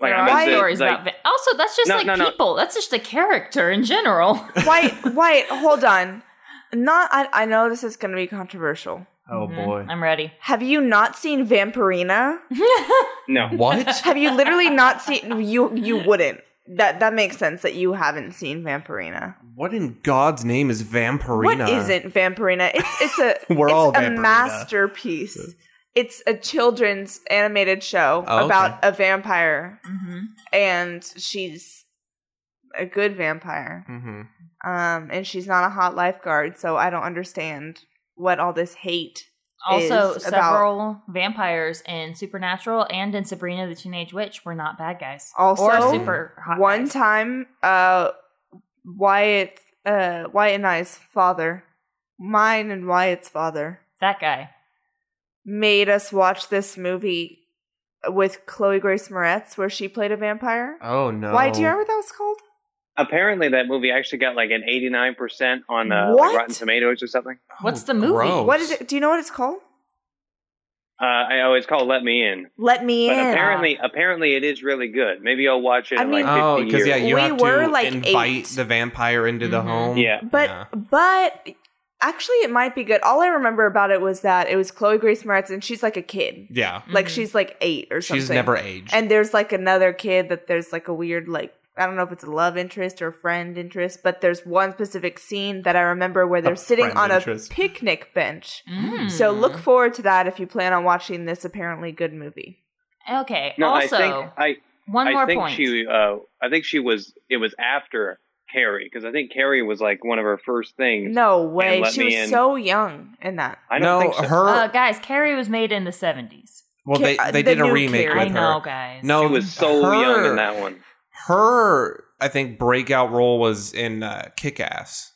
Speaker 2: There
Speaker 3: I'm
Speaker 2: are
Speaker 3: gonna say,
Speaker 2: stories
Speaker 3: like,
Speaker 2: about va- also that's just
Speaker 3: No,
Speaker 2: like
Speaker 3: no, no.
Speaker 2: people. That's just a character in general.
Speaker 4: Wyatt, Wyatt, hold on. Not, I, I know this is going to be controversial.
Speaker 1: Oh
Speaker 3: Mm-hmm.
Speaker 2: Mhm.
Speaker 1: boy.
Speaker 2: I'm ready.
Speaker 4: Have you not seen Vampirina?
Speaker 3: no.
Speaker 1: What?
Speaker 4: Have you literally not seen you? You wouldn't. That that makes sense that you haven't seen Vampirina.
Speaker 1: What in God's name is Vampirina?
Speaker 4: What isn't Vampirina? It's it's a
Speaker 1: We're
Speaker 4: it's
Speaker 1: all
Speaker 4: a
Speaker 1: Vampirina.
Speaker 4: masterpiece. It's a children's animated show
Speaker 1: Oh, okay.
Speaker 4: about a vampire,
Speaker 3: Mm-hmm.
Speaker 2: hmm
Speaker 4: and she's a good vampire.
Speaker 1: hmm
Speaker 4: Um, and she's not a hot lifeguard, so I don't understand what all this hate.
Speaker 2: Also,
Speaker 4: Is about-
Speaker 2: several vampires in Supernatural and in Sabrina the Teenage Witch were not bad guys.
Speaker 4: Also,
Speaker 2: or super hot
Speaker 4: One
Speaker 2: guys.
Speaker 4: time, uh, Wyatt, uh, Wyatt and I's father, mine and Wyatt's father,
Speaker 2: that guy.
Speaker 4: made us watch this movie with Chloe Grace Moretz where she played a vampire.
Speaker 1: Oh no.
Speaker 4: Why do you remember what that was called?
Speaker 3: Apparently, that movie actually got like an 89% on uh,
Speaker 4: What?
Speaker 3: like Rotten Tomatoes or something.
Speaker 2: What's the movie?
Speaker 1: gross.
Speaker 4: What is it? Do you know what it's called?
Speaker 3: Uh, I always call Let Me In.
Speaker 4: Let me
Speaker 3: But
Speaker 4: in.
Speaker 3: apparently, apparently, it is really good. Maybe I'll watch it
Speaker 4: I
Speaker 3: in
Speaker 4: mean-
Speaker 3: like 50
Speaker 1: Oh, because
Speaker 3: years.
Speaker 1: yeah, you
Speaker 4: We
Speaker 1: have to
Speaker 4: were, like,
Speaker 1: invite
Speaker 4: eight.
Speaker 2: Mm-hmm.
Speaker 1: the vampire into the
Speaker 2: Mhm.
Speaker 1: home.
Speaker 3: Yeah.
Speaker 4: But
Speaker 1: Yeah.
Speaker 4: but Actually, it might be good. All I remember about it was that it was Chloe Grace Moretz, and she's like a kid.
Speaker 1: Yeah.
Speaker 4: Like she's like eight or something.
Speaker 1: Mm. She's never aged.
Speaker 4: And there's like another kid that there's like a weird like I don't know if it's a love interest or a friend interest, but there's one specific scene that I remember where they're sitting
Speaker 1: friend
Speaker 4: on
Speaker 1: interest.
Speaker 4: a picnic bench.
Speaker 2: Mm.
Speaker 4: So
Speaker 3: Mm-hmm.
Speaker 4: look forward to that if you plan on watching this apparently good movie.
Speaker 2: Okay.
Speaker 3: No,
Speaker 2: also,
Speaker 3: I think I
Speaker 2: one
Speaker 3: I
Speaker 2: more
Speaker 3: think
Speaker 2: point.
Speaker 3: she uh I think she was it was after Carrie because I think Carrie was like one of her first things.
Speaker 4: No way.
Speaker 3: let
Speaker 4: She
Speaker 3: me
Speaker 4: was
Speaker 3: in.
Speaker 4: so young in that.
Speaker 3: I don't
Speaker 1: no,
Speaker 3: think so.
Speaker 1: her.
Speaker 2: uh, guys, Carrie was made in the seventies.
Speaker 1: well,
Speaker 4: Ca-
Speaker 1: they,
Speaker 4: uh,
Speaker 1: they
Speaker 4: the
Speaker 1: did a
Speaker 4: new Oh,
Speaker 1: remake
Speaker 4: Carrie.
Speaker 1: with
Speaker 2: I know,
Speaker 1: her.
Speaker 2: guys.
Speaker 1: No,
Speaker 3: she was so young
Speaker 1: her-
Speaker 3: in that one.
Speaker 1: Her, I think, breakout role was in uh, Kick Ass.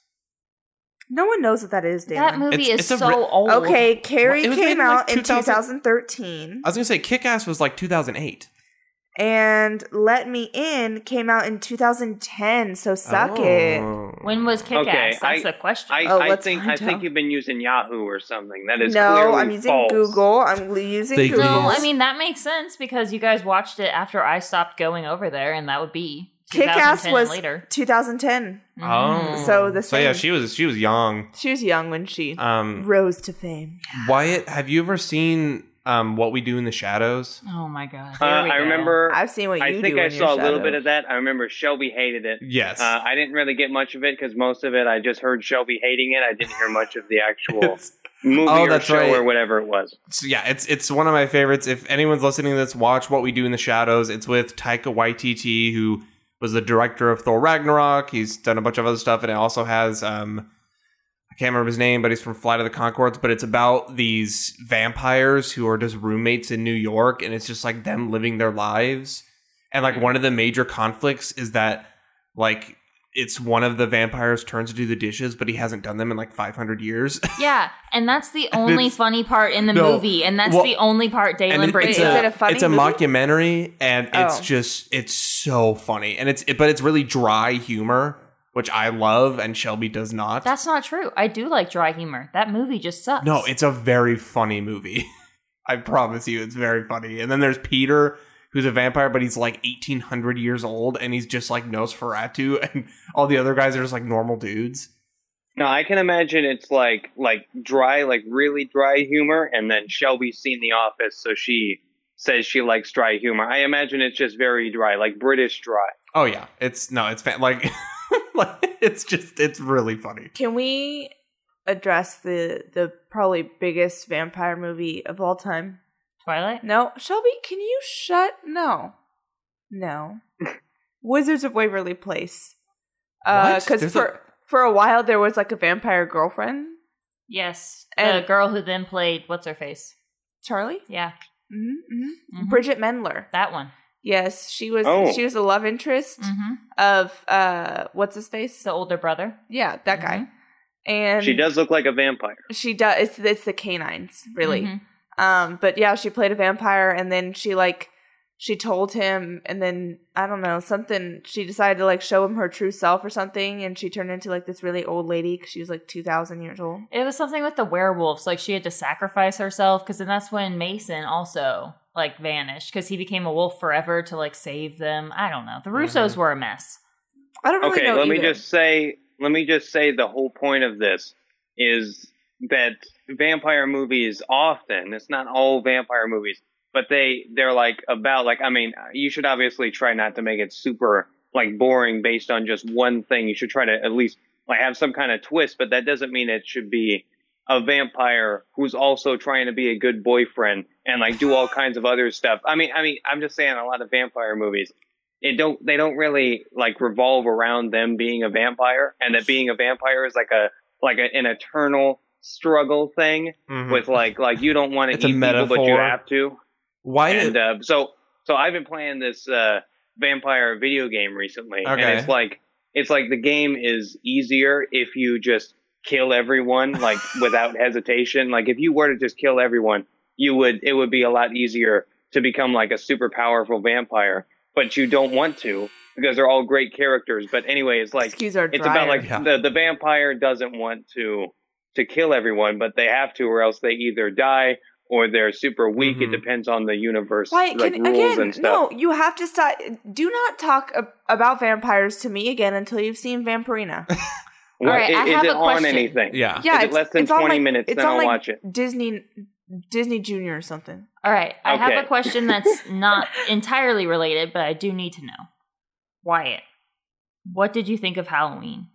Speaker 4: No one knows what that is,
Speaker 2: that
Speaker 4: Damon.
Speaker 2: movie
Speaker 1: It's-
Speaker 2: is
Speaker 1: it's a
Speaker 2: so
Speaker 1: re-
Speaker 2: old.
Speaker 4: Okay, Carrie
Speaker 1: Well, it was
Speaker 4: came
Speaker 1: made in, like, Uh,
Speaker 4: out in
Speaker 1: 2000
Speaker 4: 2013,
Speaker 1: I was gonna say Kick Ass was like 2008.
Speaker 4: and Let Me In came out in 2010. So suck it.
Speaker 1: Oh.
Speaker 2: When was Kick
Speaker 3: Okay,
Speaker 2: Ass? That's
Speaker 3: I-
Speaker 2: the question.
Speaker 3: I,
Speaker 4: Oh,
Speaker 3: I
Speaker 4: let's
Speaker 3: think
Speaker 4: find
Speaker 3: I think
Speaker 4: out.
Speaker 3: you've been using Yahoo or something. That is
Speaker 4: No,
Speaker 3: clearly
Speaker 4: I'm using
Speaker 3: false.
Speaker 4: Google. I'm l- using
Speaker 1: Big
Speaker 4: Google.
Speaker 2: well,
Speaker 1: Yes.
Speaker 2: I mean that makes sense because you guys watched it after I stopped going over there, and that would be
Speaker 4: Kick Ass
Speaker 2: 2010
Speaker 4: was
Speaker 2: later. Mm-hmm.
Speaker 4: 2010.
Speaker 1: Oh.
Speaker 4: Mm. So the
Speaker 1: So yeah,
Speaker 4: same-
Speaker 1: she was she was young.
Speaker 4: She was young when she
Speaker 1: Um,
Speaker 4: rose to fame.
Speaker 1: Wyatt, have you ever seen um, What We Do in the Shadows?
Speaker 2: Oh my god! Here
Speaker 3: Uh,
Speaker 2: we
Speaker 3: I
Speaker 2: go.
Speaker 3: remember.
Speaker 4: I've seen what you
Speaker 3: I
Speaker 4: do.
Speaker 3: think I
Speaker 4: in your
Speaker 3: saw a little
Speaker 4: shadow.
Speaker 3: bit of that. I remember Shelby hated it.
Speaker 1: Yes.
Speaker 3: Uh, I didn't really get much of it because most of it I just heard Shelby hating it. I didn't hear much of the actual
Speaker 1: It's-
Speaker 3: movie
Speaker 1: Oh,
Speaker 3: or
Speaker 1: that's
Speaker 3: show
Speaker 1: right.
Speaker 3: or whatever it was.
Speaker 1: so yeah, it's it's one of my favorites. If anyone's listening to this, watch What We Do in the Shadows. It's with Taika Waititi, who was the director of Thor Ragnarok. He's done a bunch of other stuff, and it also has um, I can't remember his name, but he's from Flight of the Concords. But it's about these vampires who are just roommates in New York, and it's just like them living their lives. And like one of the major conflicts is that like it's one of the vampires turns to do the dishes, but he hasn't done them in like 500 years.
Speaker 2: Yeah, and that's the only
Speaker 1: it's-
Speaker 2: funny part in the
Speaker 1: No.
Speaker 2: movie, and that's
Speaker 1: Well,
Speaker 2: the only part Dalen
Speaker 1: it-
Speaker 2: breaks
Speaker 1: it's
Speaker 2: up.
Speaker 4: Is it a funny
Speaker 1: it's a
Speaker 4: movie?
Speaker 1: mockumentary and it's
Speaker 4: Oh.
Speaker 1: just it's so funny and it's it, but it's really dry humor which i love and shelby does not
Speaker 2: That's not true. I do like dry humor. That movie just sucks.
Speaker 1: no it's a very funny movie i promise you it's very funny and then there's peter who's a vampire but he's like 1800 years old and he's just like nosferatu and all the other guys are just like normal dudes
Speaker 3: No, I can imagine it's like like dry, like really dry humor, and then Shelby's seen The Office, so she says she likes dry humor. I imagine it's just very dry, like British dry.
Speaker 1: oh yeah it's no it's fa- like like, it's just it's really funny
Speaker 4: Can we address the the probably biggest vampire movie of all time?
Speaker 2: Twilight.
Speaker 4: No, Shelby, can you shut? No, no. Wizards of Waverly Place.
Speaker 1: What?
Speaker 4: Because
Speaker 1: There's
Speaker 4: for
Speaker 1: a-
Speaker 4: for a while there was like a vampire girlfriend,
Speaker 2: Yes,
Speaker 4: And-
Speaker 2: the girl who then played what's her face.
Speaker 4: Charlie,
Speaker 2: Yeah,
Speaker 4: mm-hmm,
Speaker 2: Mhm.
Speaker 4: Bridget Mendler.
Speaker 2: that one.
Speaker 4: Yes, she was.
Speaker 3: Oh.
Speaker 4: She was a love interest
Speaker 2: Mm-hmm.
Speaker 4: of uh, what's his face?
Speaker 2: The older brother.
Speaker 4: Yeah, that
Speaker 2: Mm-hmm.
Speaker 4: guy. And
Speaker 3: She does look like a vampire.
Speaker 4: She does. It's it's the canines, really.
Speaker 2: Mhm.
Speaker 4: Um, but yeah, she played a vampire, and then she like she told him, and then I don't know something. She decided to like show him her true self or something, and she turned into like this really old lady because she was like two thousand years old.
Speaker 2: It was something with the werewolves. Like she had to sacrifice herself because then that's when Mason also like vanished because he became a wolf forever to like save them. I don't know. The Russos
Speaker 3: Mm-hmm.
Speaker 2: were a mess.
Speaker 4: I don't really
Speaker 3: Okay,
Speaker 4: know.
Speaker 3: let me
Speaker 4: either.
Speaker 3: just say, let me just say, the whole point of this is that vampire movies often, it's not all vampire movies, but they they're like about like I mean, you should obviously try not to make it super like boring based on just one thing. You should try to at least like have some kind of twist, but that doesn't mean it should be a vampire who's also trying to be a good boyfriend and like do all kinds of other stuff. I mean, I mean, I'm just saying a lot of vampire movies it don't they don't really like revolve around them being a vampire and that being a vampire is like a like a, an eternal struggle thing
Speaker 1: Mhm.
Speaker 3: with like like you don't want to
Speaker 1: It's a
Speaker 3: eat people but you
Speaker 1: metaphor.
Speaker 3: have to
Speaker 1: why
Speaker 3: and uh, so so I've been playing this uh, vampire video game recently,
Speaker 1: Okay.
Speaker 3: and it's like it's like the game is easier if you just kill everyone like without hesitation. Like if you were to just kill everyone, you would it would be a lot easier to become like a super powerful vampire, but you don't want to because they're all great characters. But anyway, it's like
Speaker 4: excuse our.
Speaker 3: it's about
Speaker 4: dryer.
Speaker 3: like
Speaker 1: Yeah.
Speaker 3: the, the vampire doesn't want to to kill everyone but they have to or else they either die or they're super weak
Speaker 2: Mm-hmm.
Speaker 1: Mhm.
Speaker 3: it depends on the universe
Speaker 4: Why
Speaker 3: like
Speaker 4: can,
Speaker 3: rules
Speaker 4: again?
Speaker 3: and stuff
Speaker 4: No, you have to stop. Do not talk ab- about vampires to me again until you've seen Vampirina.
Speaker 3: What-
Speaker 2: right,
Speaker 3: i-
Speaker 2: I
Speaker 3: is
Speaker 2: have
Speaker 3: it
Speaker 2: a
Speaker 3: on
Speaker 2: question.
Speaker 3: anything?
Speaker 1: Yeah.
Speaker 4: Yeah,
Speaker 3: Is it
Speaker 4: it's,
Speaker 3: less than
Speaker 4: it's on,
Speaker 3: 20
Speaker 4: like-
Speaker 3: minutes,
Speaker 4: It's
Speaker 3: then
Speaker 4: on,
Speaker 3: I'll
Speaker 4: like,
Speaker 3: watch it.
Speaker 4: Disney Disney Junior or something.
Speaker 2: All right. I have
Speaker 3: Okay.
Speaker 2: a question that's not entirely related, but I do need to know. Wyatt, what did you think of Halloween?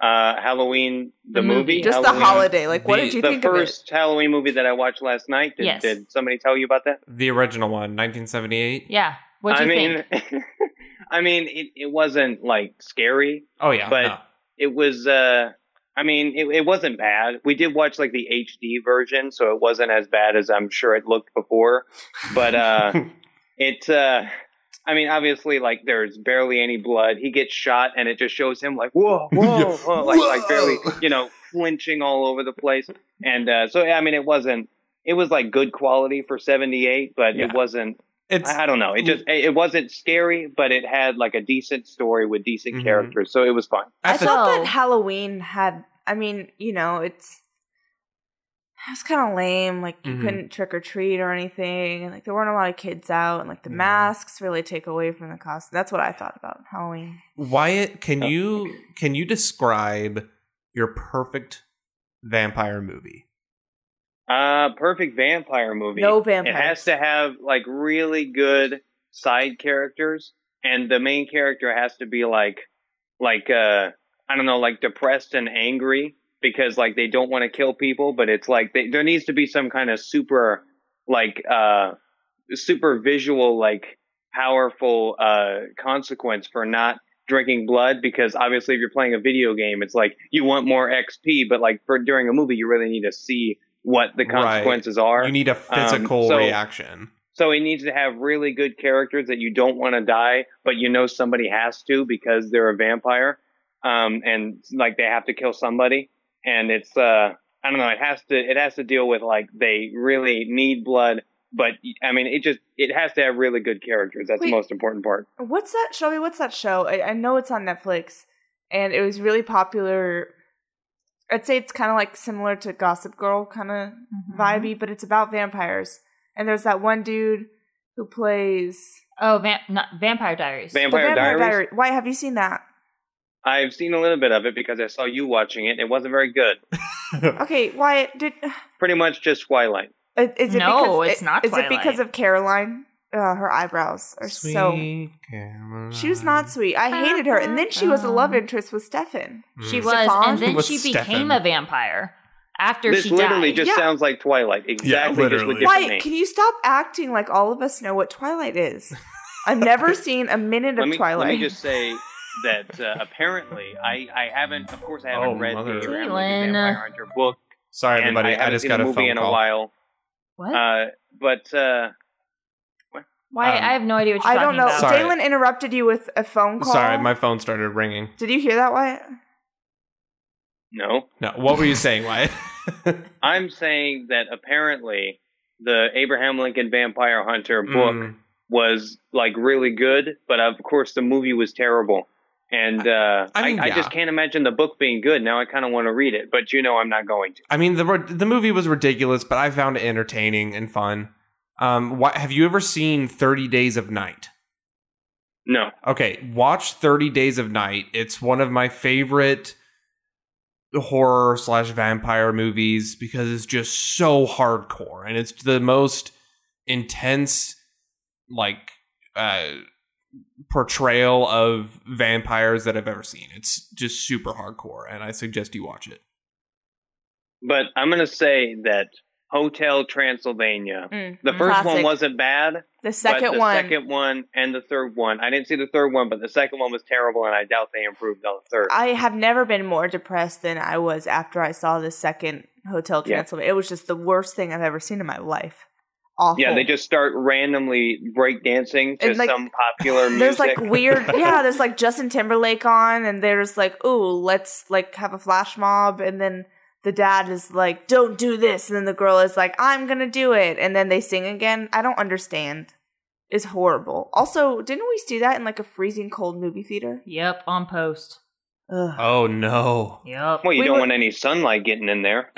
Speaker 3: Uh, Halloween, the,
Speaker 2: The
Speaker 3: movie,
Speaker 2: movie.
Speaker 4: Mm-hmm. Just
Speaker 3: Halloween,
Speaker 4: the holiday. Like, what
Speaker 1: The-
Speaker 4: did you
Speaker 3: the
Speaker 4: think
Speaker 3: first Halloween movie that I watched last night. Did,
Speaker 2: Yes.
Speaker 3: did somebody tell you about that?
Speaker 1: The original one, 1978.
Speaker 2: Yeah. What do
Speaker 3: I
Speaker 2: you
Speaker 3: mean,
Speaker 2: think?
Speaker 3: I mean, it, it wasn't like scary.
Speaker 1: Oh yeah.
Speaker 3: But-
Speaker 1: no.
Speaker 3: It was. uh I mean, it, it wasn't bad. We did watch like the HD version, so it wasn't as bad as I'm sure it looked before. But uh it. uh I mean, obviously, like there's barely any blood. He gets shot, and it just shows him like whoa, whoa, whoa, like like barely, you know, flinching all over the place. And uh so, I mean, it wasn't. It was like good quality for '78, but
Speaker 1: Yeah.
Speaker 3: it wasn't
Speaker 1: It's
Speaker 3: I, I don't know. It just it it wasn't scary, but it had like a decent story with decent
Speaker 1: Mhm.
Speaker 3: characters, so it was
Speaker 4: of
Speaker 3: fun.
Speaker 4: it? I
Speaker 1: at the-
Speaker 4: thought
Speaker 2: So-
Speaker 3: Oh.
Speaker 4: that Halloween had. I mean, you know, it's it was kind of lame. Like you
Speaker 3: Mm-hmm.
Speaker 1: Mhm.
Speaker 4: couldn't trick or treat or anything, and like there weren't a lot of kids out, and like the
Speaker 1: Yeah.
Speaker 4: masks really take away from the costume. That's what I thought about Halloween.
Speaker 1: Wyatt, can
Speaker 3: Oh.
Speaker 1: you can you describe your perfect vampire movie?
Speaker 3: Uh, perfect vampire movie.
Speaker 4: No
Speaker 3: it
Speaker 4: vampires.
Speaker 3: has to have like really good side characters, and the main character has to be like, like uh, I don't know, like depressed and angry because like they don't want to kill people, but it's like they, there needs to be some kind of super, like uh, super visual, like powerful uh consequence for not drinking blood because obviously if you're playing a video game it's like you want more xp but like for during a movie you really need to see what the
Speaker 1: Right.
Speaker 3: consequences are
Speaker 1: You need a physical
Speaker 3: Um, so-
Speaker 1: reaction.
Speaker 3: so it needs to have really good characters that you don't want to die, but you know somebody has to because they're a vampire, um, and like they have to kill somebody. And it's uh, I don't know. It has to it has to deal with like they really need blood, but I mean it just it has to have really good characters. That's
Speaker 4: Wait.
Speaker 3: the most important part.
Speaker 4: What's that, Shelby? What's that show? I, I know it's on Netflix, and it was really popular. I'd say it's kind of like similar to Gossip Girl, kind of
Speaker 2: Mhm.
Speaker 3: Mm-hmm.
Speaker 4: vibey, but it's about vampires. And there's that one dude who plays
Speaker 2: Oh, vamp- not, Vampire Diaries.
Speaker 4: the
Speaker 3: Vampire, Diaries.
Speaker 4: Diary- Why have you seen that?
Speaker 3: I've seen a little bit of it because I saw you watching it. It wasn't very good.
Speaker 4: Okay, Wyatt, did uh,
Speaker 3: Pretty much just Twilight.
Speaker 4: is it
Speaker 2: No,
Speaker 4: because
Speaker 2: it's not
Speaker 4: Is it because
Speaker 2: Twilight.
Speaker 4: of Caroline? Uh, her eyebrows are so.
Speaker 1: Caroline.
Speaker 4: She was not sweet. I hated her, and then she was a love interest with Stefan.
Speaker 2: Uh-huh. She
Speaker 1: Mm.
Speaker 2: was,
Speaker 4: Stefan?
Speaker 2: and then
Speaker 1: Was
Speaker 2: she
Speaker 1: Stefan.
Speaker 2: became a vampire after
Speaker 3: This
Speaker 2: she
Speaker 3: literally
Speaker 2: died.
Speaker 3: just
Speaker 4: Yeah.
Speaker 3: sounds like Twilight. Exactly. just with
Speaker 1: literally.
Speaker 3: different
Speaker 4: Wyatt,
Speaker 3: names.
Speaker 4: can you stop acting like all of us know what Twilight is? I've never seen a minute
Speaker 3: let
Speaker 4: of
Speaker 3: me,
Speaker 4: Twilight.
Speaker 3: Let me just say that uh, apparently I, I haven't, of course, I haven't
Speaker 1: Oh,
Speaker 3: read
Speaker 1: mother.
Speaker 3: the Emily the
Speaker 2: Caitlin.
Speaker 3: Vampire Hunter book.
Speaker 1: Sorry,
Speaker 3: and
Speaker 1: everybody. I,
Speaker 3: haven't
Speaker 1: just
Speaker 3: seen
Speaker 1: got a
Speaker 3: movie
Speaker 1: phone
Speaker 3: in
Speaker 1: call.
Speaker 3: a while.
Speaker 2: what?
Speaker 3: Uh, but uh,
Speaker 2: Wyatt,
Speaker 1: um,
Speaker 2: I have no idea what you're
Speaker 4: I don't
Speaker 2: talking
Speaker 4: know.
Speaker 2: about.
Speaker 1: Sorry.
Speaker 4: Dalen interrupted you with a phone call.
Speaker 1: Sorry, my phone started ringing.
Speaker 4: Did you hear that, Wyatt?
Speaker 3: no,
Speaker 1: No, what were you saying, Wyatt?
Speaker 3: I'm saying that apparently the Abraham Lincoln Vampire Hunter book
Speaker 1: Mm.
Speaker 3: was like really good, but of course the movie was terrible. And uh,
Speaker 1: I
Speaker 3: I,
Speaker 1: mean,
Speaker 3: I
Speaker 1: yeah.
Speaker 3: just can't imagine the book being good. Now I kind of want to read it, but you know I'm not going to.
Speaker 1: I mean, the the movie was ridiculous, but I found it entertaining and fun. Um, what, have you ever seen Thirty Days of Night?
Speaker 3: No.
Speaker 1: Okay, watch 30 Days of Night. It's one of my favorite horror slash vampire movies because it's just so hardcore and it's the most intense, like, uh, portrayal of vampires that I've ever seen. It's just super hardcore, and I suggest you watch it.
Speaker 3: But I'm going to say that Hotel Transylvania.
Speaker 2: Mm,
Speaker 3: The first one
Speaker 4: Classic.
Speaker 3: wasn't bad.
Speaker 4: The
Speaker 3: but
Speaker 4: second
Speaker 3: the
Speaker 4: one.
Speaker 3: second one, and the third one. I didn't see the third one, but the second one was terrible, and I doubt they improved on the third.
Speaker 4: I have never been more depressed than I was after I saw the second Hotel
Speaker 3: Yeah.
Speaker 4: Transylvania. It was just the worst thing I've ever seen in my life. Awful.
Speaker 3: yeah, they just start randomly breakdancing to
Speaker 4: And, like,
Speaker 3: some popular music.
Speaker 4: There's like weird, yeah. There's like Justin Timberlake on, and there's like, ooh, let's like have a flash mob, and then the dad is like, don't do this, and then the girl is like, I'm gonna do it, and then they sing again. I don't understand. It's horrible. Also, didn't we see that in like a freezing cold movie theater?
Speaker 2: Yep, on post.
Speaker 4: Ugh.
Speaker 1: Oh no.
Speaker 2: Yep.
Speaker 3: well, you
Speaker 4: we
Speaker 3: don't
Speaker 4: were-
Speaker 3: want any sunlight getting in there.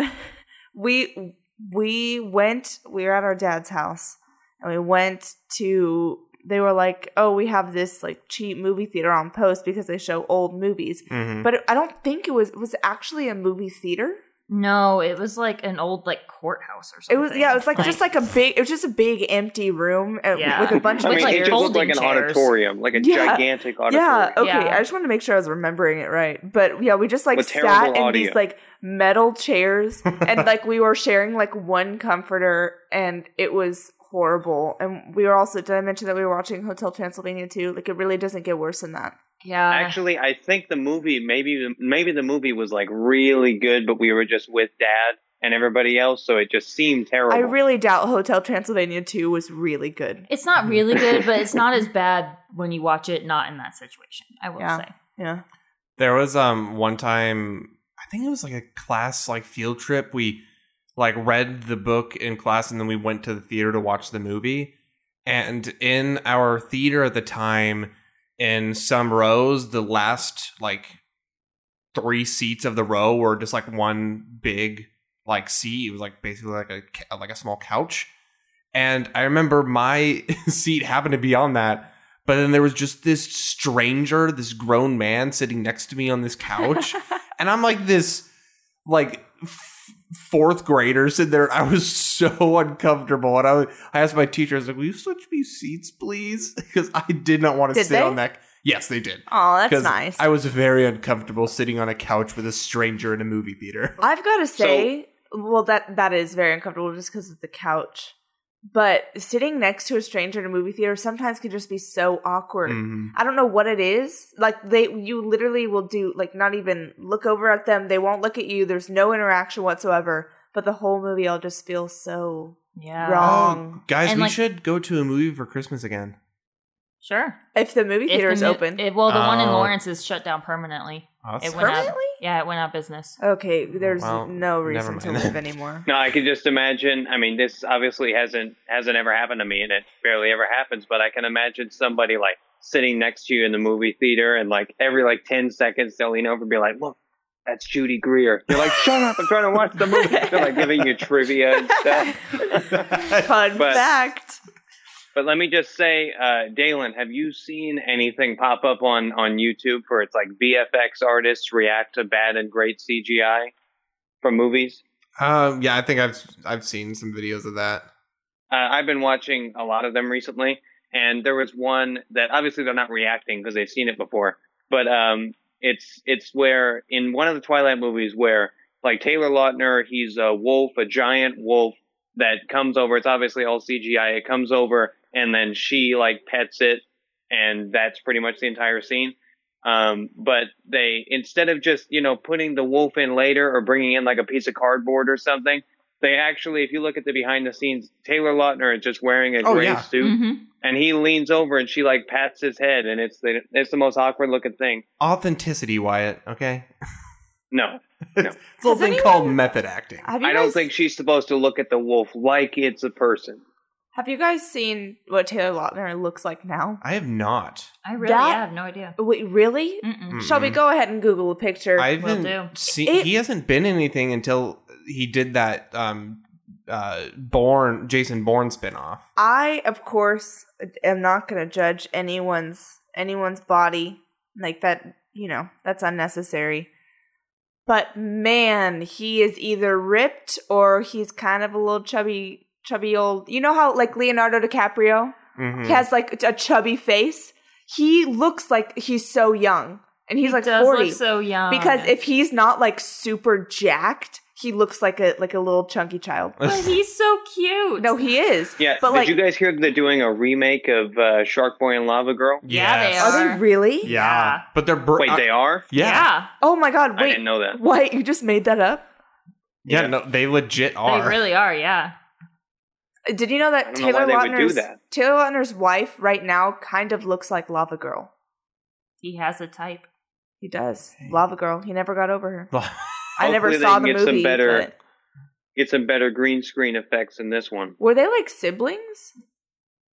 Speaker 4: we we went we were at our dad's house and we went to they were like, "Oh, we have this like cheap movie theater on post because they show old movies."
Speaker 1: Mhm.
Speaker 4: But I don't think it was was it actually a movie theater.
Speaker 2: No, it was like an old like courthouse or
Speaker 4: It
Speaker 2: something.
Speaker 4: was yeah, it was like just like a big it was just a big empty room uh,
Speaker 2: Yeah.
Speaker 4: with a bunch
Speaker 3: I
Speaker 4: of
Speaker 2: With,
Speaker 3: mean,
Speaker 2: like,
Speaker 3: it just looked like an
Speaker 2: folding chairs.
Speaker 3: auditorium, like a
Speaker 4: Yeah.
Speaker 3: gigantic auditorium.
Speaker 4: Yeah, oh, okay.
Speaker 2: Yeah.
Speaker 4: I just want to make sure I was remembering it right. But yeah, we just like
Speaker 3: With terrible
Speaker 4: sat in
Speaker 3: audio.
Speaker 4: these like metal chairs and like we were sharing like one comforter and it was horrible. And we were also did I mention that we were watching Hotel Transylvania too? Like it really doesn't get worse than that.
Speaker 2: yeah.
Speaker 3: Actually, I think the movie maybe maybe the movie was like really good, but we were just with dad and everybody else, so it just seemed terrible.
Speaker 4: I really doubt Hotel Transylvania 2 was really good.
Speaker 2: it's not really good, but it's not as bad when you watch it not in that situation. I will
Speaker 4: Yeah.
Speaker 2: say.
Speaker 4: Yeah.
Speaker 1: There was um one time I think it was like a class like field trip. We like read the book in class and then we went to the theater to watch the movie. And in our theater at the time, in some rows, the last like three seats of the row were just like one big like seat. It was like basically like a ca- like a small couch. And I remember my seat happened to be on that. But then there was just this stranger, this grown man sitting next to me on this couch. and I'm like this, like, f- fourth grader sitting there. I was so uncomfortable. And I, was, I asked my teacher, I was like, will you switch me seats, please? Because I did not want to
Speaker 4: Did
Speaker 1: sit
Speaker 4: they?
Speaker 1: on that. Yes, they did.
Speaker 4: Oh, that's
Speaker 1: 'Cause
Speaker 4: nice.
Speaker 1: I was very uncomfortable sitting on a couch with a stranger in a movie theater.
Speaker 4: I've got to say, well, that that is very uncomfortable just because of the couch. But sitting next to a stranger in a movie theater sometimes can just be so awkward.
Speaker 1: Mhm.
Speaker 4: I don't know what it is. Like they, you literally will do like not even look over at them. They won't look at you. There's no interaction whatsoever. But the whole movie, I'll just feel so.
Speaker 2: Yeah.
Speaker 4: Wrong.
Speaker 1: Oh, guys,
Speaker 2: And,
Speaker 1: we
Speaker 2: like-
Speaker 1: should go to a movie for Christmas again.
Speaker 2: Sure.
Speaker 4: If the movie
Speaker 2: If
Speaker 4: theater
Speaker 2: the
Speaker 4: is
Speaker 2: mo-
Speaker 4: open,
Speaker 2: if- well, the one in
Speaker 1: Oh.
Speaker 2: Lawrence is shut down permanently.
Speaker 1: Oh, that
Speaker 2: It
Speaker 1: sucks.
Speaker 2: went out.
Speaker 4: Permanently?
Speaker 2: Yeah, it went out of business.
Speaker 4: okay, there's
Speaker 1: Well,
Speaker 4: no
Speaker 1: never
Speaker 4: reason to
Speaker 1: mind.
Speaker 4: live anymore.
Speaker 3: No, I could just imagine. I mean, this obviously hasn't hasn't ever happened to me, and it barely ever happens. But I can imagine somebody like sitting next to you in the movie theater, and like every like ten seconds they'll lean over and be like, "Look, that's Judy Greer." You're like, "Shut up! I'm trying to watch the movie." They're like giving you trivia and stuff.
Speaker 4: Fun
Speaker 3: But-
Speaker 4: fact.
Speaker 3: But let me just say, uh, Dalen, have you seen anything pop up on on YouTube where it's like VFX artists react to bad and great CGI from movies?
Speaker 1: Um, yeah, I think I've I've seen some videos of that.
Speaker 3: Uh, I've been watching a lot of them recently, and there was one that obviously they're not reacting because they've seen it before, but um, it's it's where in one of the Twilight movies where like Taylor Lautner, he's a wolf, a giant wolf that comes over. It's obviously all CGI. It comes over, and then she like pets it, and that's pretty much the entire scene. Um, but they instead of just you know putting the wolf in later or bringing in like a piece of cardboard or something, they actually, if you look at the behind the scenes, Taylor Lautner is just wearing a
Speaker 1: Oh,
Speaker 3: gray
Speaker 1: yeah.
Speaker 3: suit,
Speaker 2: Mhm.
Speaker 3: and he leans over and she like pats his head, and it's the it's the most awkward looking thing.
Speaker 1: Authenticity, Wyatt. Okay,
Speaker 3: No,
Speaker 1: it's a little
Speaker 4: Has
Speaker 1: thing
Speaker 4: anyone-
Speaker 1: called method acting.
Speaker 4: Have you
Speaker 3: I don't
Speaker 4: guys-
Speaker 3: think she's supposed to look at the wolf like it's a person.
Speaker 4: Have you guys seen what Taylor Lautner looks like now?
Speaker 1: I have not.
Speaker 2: I really
Speaker 4: That-
Speaker 2: yeah, I have no idea.
Speaker 4: Wait, really?
Speaker 2: Mm-mm.
Speaker 4: Shelby, go ahead and Google a picture.
Speaker 1: I
Speaker 2: Will
Speaker 1: haven't
Speaker 2: do.
Speaker 1: seen.
Speaker 4: It-
Speaker 1: he hasn't been in anything until he did that um, uh, Born Jason Bourne spinoff.
Speaker 4: I, of course, am not going to judge anyone's anyone's body like that. You know, that's unnecessary. But man, he is either ripped or he's kind of a little chubby, chubby old. You know how like Leonardo DiCaprio
Speaker 3: Hmm.
Speaker 1: Mhm.
Speaker 4: he has like a chubby face. He looks like he's so young, and he's
Speaker 2: He
Speaker 4: like
Speaker 2: does
Speaker 4: forty.
Speaker 2: look so young.
Speaker 4: because if he's not like super jacked, he looks like a like a little chunky child.
Speaker 2: but he's so cute.
Speaker 4: No, he is.
Speaker 3: Yeah,
Speaker 4: but
Speaker 3: did
Speaker 4: like,
Speaker 3: you guys hear that they're doing a remake of uh, Shark Boy and Lava Girl?
Speaker 2: Yeah, they
Speaker 1: Yes.
Speaker 2: are.
Speaker 4: are they really?
Speaker 1: Yeah. but they're br-
Speaker 3: Wait,
Speaker 1: uh,
Speaker 3: they are.
Speaker 1: yeah,
Speaker 4: Oh my god!
Speaker 3: I
Speaker 4: Wait,
Speaker 3: didn't know that.
Speaker 4: Wait, you just made that up?
Speaker 1: yeah,
Speaker 3: Yeah.
Speaker 1: No, they legit
Speaker 2: They
Speaker 1: are.
Speaker 2: really are. Yeah.
Speaker 4: Did you know
Speaker 3: I
Speaker 4: that
Speaker 3: don't know why
Speaker 4: Taylor
Speaker 3: they would do
Speaker 4: Lautner's
Speaker 3: that.
Speaker 4: Taylor Lautner's wife right now kind of looks like Lava Girl?
Speaker 2: He has a type.
Speaker 4: He does Lava Girl. He never got over her. I
Speaker 3: Hopefully
Speaker 4: never
Speaker 3: they
Speaker 4: saw
Speaker 3: can
Speaker 4: the
Speaker 3: get some
Speaker 4: movie.
Speaker 3: better-
Speaker 4: but-
Speaker 3: Get some better green screen effects in this one.
Speaker 4: Were they like siblings?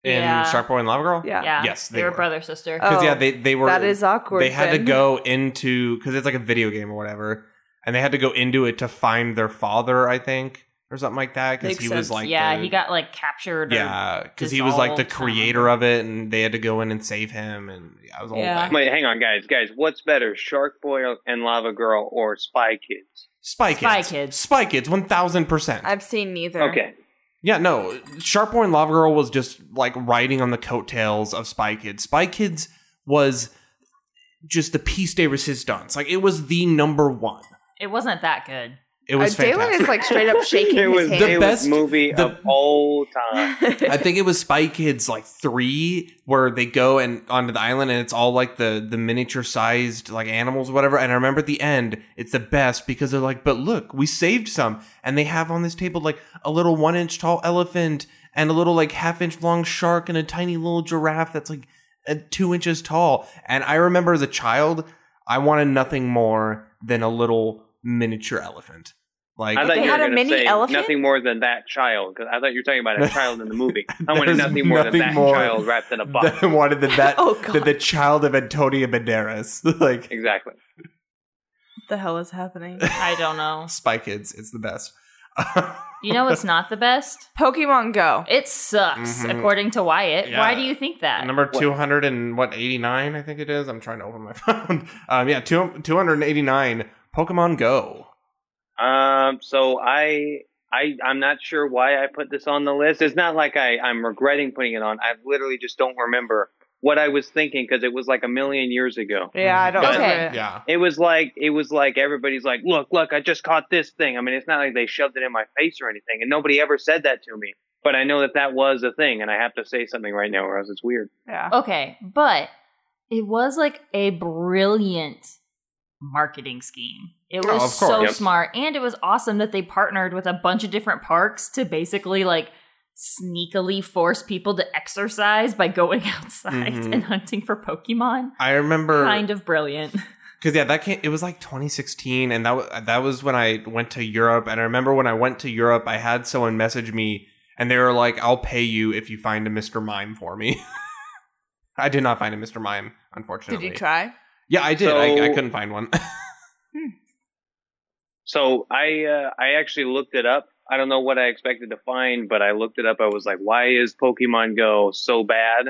Speaker 1: in
Speaker 2: Yeah.
Speaker 1: Shark Boy and Lava Girl.
Speaker 4: Yeah.
Speaker 2: Yeah.
Speaker 1: Yes,
Speaker 2: they,
Speaker 1: they
Speaker 2: were,
Speaker 1: were.
Speaker 2: brother sister.
Speaker 4: Oh,
Speaker 1: because yeah, they they were
Speaker 4: that is awkward.
Speaker 1: they had to
Speaker 4: then.
Speaker 1: go into because it's like a video game or whatever, and they had to go into it to find their father, I think, or something like that because
Speaker 4: Makes
Speaker 1: he
Speaker 4: sense.
Speaker 1: was like
Speaker 2: yeah,
Speaker 1: the-
Speaker 2: he got like captured. or-
Speaker 1: yeah because he was like the
Speaker 2: dissolved, I don't
Speaker 1: creator of it and they had to go in and save him and yeah, I was all
Speaker 5: Yeah.
Speaker 1: that.
Speaker 3: Wait, hang on, guys. Guys, what's better, Shark Boy and Lava Girl or Spy Kids?
Speaker 1: Spy Kids
Speaker 2: Spy Kids.
Speaker 1: Spy Kids one thousand percent
Speaker 4: I've seen neither.
Speaker 3: Okay.
Speaker 1: yeah no Sharp Boy and Lava Girl was just like riding on the coattails of Spy Kids Spy Kids was just the piece de resistance like it was the number one
Speaker 2: It wasn't that good.
Speaker 1: it was
Speaker 4: uh, Dalen
Speaker 1: fantastic
Speaker 4: is like straight up shaking
Speaker 3: it was
Speaker 4: his
Speaker 3: the
Speaker 1: The
Speaker 4: hand.
Speaker 1: best-
Speaker 3: best movie
Speaker 1: the-
Speaker 3: of all time.
Speaker 1: I think it was Spy Kids like three, where they go and onto the island, and it's all like the the miniature sized like animals, or whatever. And I remember at the end, it's the best because they're like, "But look, we saved some," and they have on this table like a little one inch tall elephant and a little like half inch long shark and a tiny little giraffe that's like uh, two inches tall. And I remember as a child, I wanted nothing more than a little miniature elephant. Like
Speaker 3: I thought
Speaker 4: They
Speaker 3: you were
Speaker 4: had a
Speaker 3: going to
Speaker 4: mini
Speaker 3: say
Speaker 4: elephant?
Speaker 3: nothing more than that child. 'cause I thought you were talking about a child in the movie. I wanted
Speaker 1: There's
Speaker 3: nothing more
Speaker 1: nothing
Speaker 3: than that
Speaker 1: more
Speaker 3: child wrapped in a box.
Speaker 1: that wanted that that,
Speaker 4: Oh,
Speaker 1: that
Speaker 4: God.
Speaker 1: the child of Antonio Banderas like
Speaker 3: exactly.
Speaker 4: What the hell is happening?
Speaker 2: I don't know.
Speaker 1: Spy Kids. It's the best.
Speaker 2: You know, it's not the best.
Speaker 4: Pokemon Go.
Speaker 2: It sucks,
Speaker 1: Mhm.
Speaker 2: according to Wyatt.
Speaker 1: Yeah.
Speaker 2: Why do you think that?
Speaker 1: Number
Speaker 3: What?
Speaker 1: two hundred and what eighty nine? I think it is. I'm trying to open my phone. Um, yeah, two two hundred and eighty nine. Pokemon Go.
Speaker 3: Um, so I, I, I'm not sure why I put this on the list. It's not like I, I'm regretting putting it on. I literally just don't remember what I was thinking because it was like a million years ago.
Speaker 4: Yeah, I don't
Speaker 3: Okay.
Speaker 4: remember it.
Speaker 1: Yeah,
Speaker 3: It was like, it was like everybody's like, look, look, I just caught this thing. I mean, it's not like they shoved it in my face or anything, and nobody ever said that to me. But I know that that was a thing, and I have to say something right now, or else it's weird.
Speaker 4: Yeah.
Speaker 2: Okay, but it was like a brilliant marketing scheme. It
Speaker 1: Oh,
Speaker 2: was
Speaker 1: of course.
Speaker 2: so
Speaker 3: Yep.
Speaker 2: smart, and it was awesome that they partnered with a bunch of different parks to basically like sneakily force people to exercise by going outside
Speaker 1: Mhm.
Speaker 2: and hunting for Pokemon.
Speaker 1: I remember.
Speaker 2: kind of brilliant.
Speaker 1: Because yeah, that came, it was like 2016, and that wa- that was when I went to Europe. And I remember when I went to Europe, I had someone message me, and they were like, "I'll pay you if you find a Mr. Mime for me." I did not find a Mr. Mime,
Speaker 4: Did
Speaker 1: unfortunately.
Speaker 4: you try?
Speaker 1: Yeah, I did. I, I
Speaker 3: So-
Speaker 1: couldn't find one.
Speaker 3: So I uh, I actually looked it up. I don't know what I expected to find, but I looked it up. I was like, why is Pokemon Go so bad?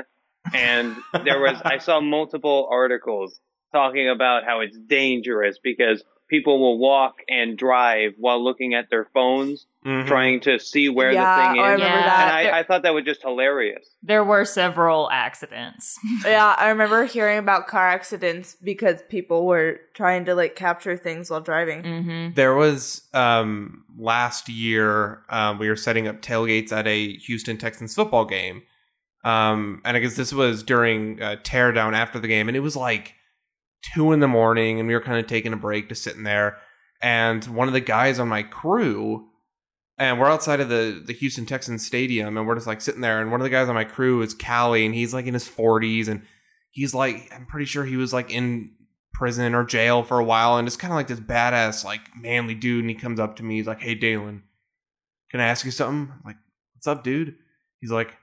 Speaker 3: And there was I saw multiple articles talking about how it's dangerous because people will walk and drive while looking at their phones,
Speaker 1: Mhm.
Speaker 3: trying to see where
Speaker 4: yeah, oh,
Speaker 3: the thing
Speaker 4: I
Speaker 3: is.
Speaker 4: remember
Speaker 2: Yeah.
Speaker 3: and
Speaker 4: that.
Speaker 3: I, I thought that was just hilarious.
Speaker 2: there were several accidents.
Speaker 4: yeah, I remember hearing about car accidents because people were trying to like capture things while driving.
Speaker 1: Mm.
Speaker 2: hmm
Speaker 1: There was um, last year um, we were setting up tailgates at a Houston Texans football game, um, and I guess this was during uh, teardown after the game, and it was like two in the morning, and we were kind of taking a break, just sitting there, and one of the guys on my crew, and we're outside of the the Houston Texans stadium, and we're just like sitting there, and one of the guys on my crew is Callie, and he's like in his forties, and he's like I'm pretty sure he was like in prison or jail for a while and it's kind of like this badass like manly dude and he comes up to me he's like hey Dalen can I ask you something I'm like what's up dude he's like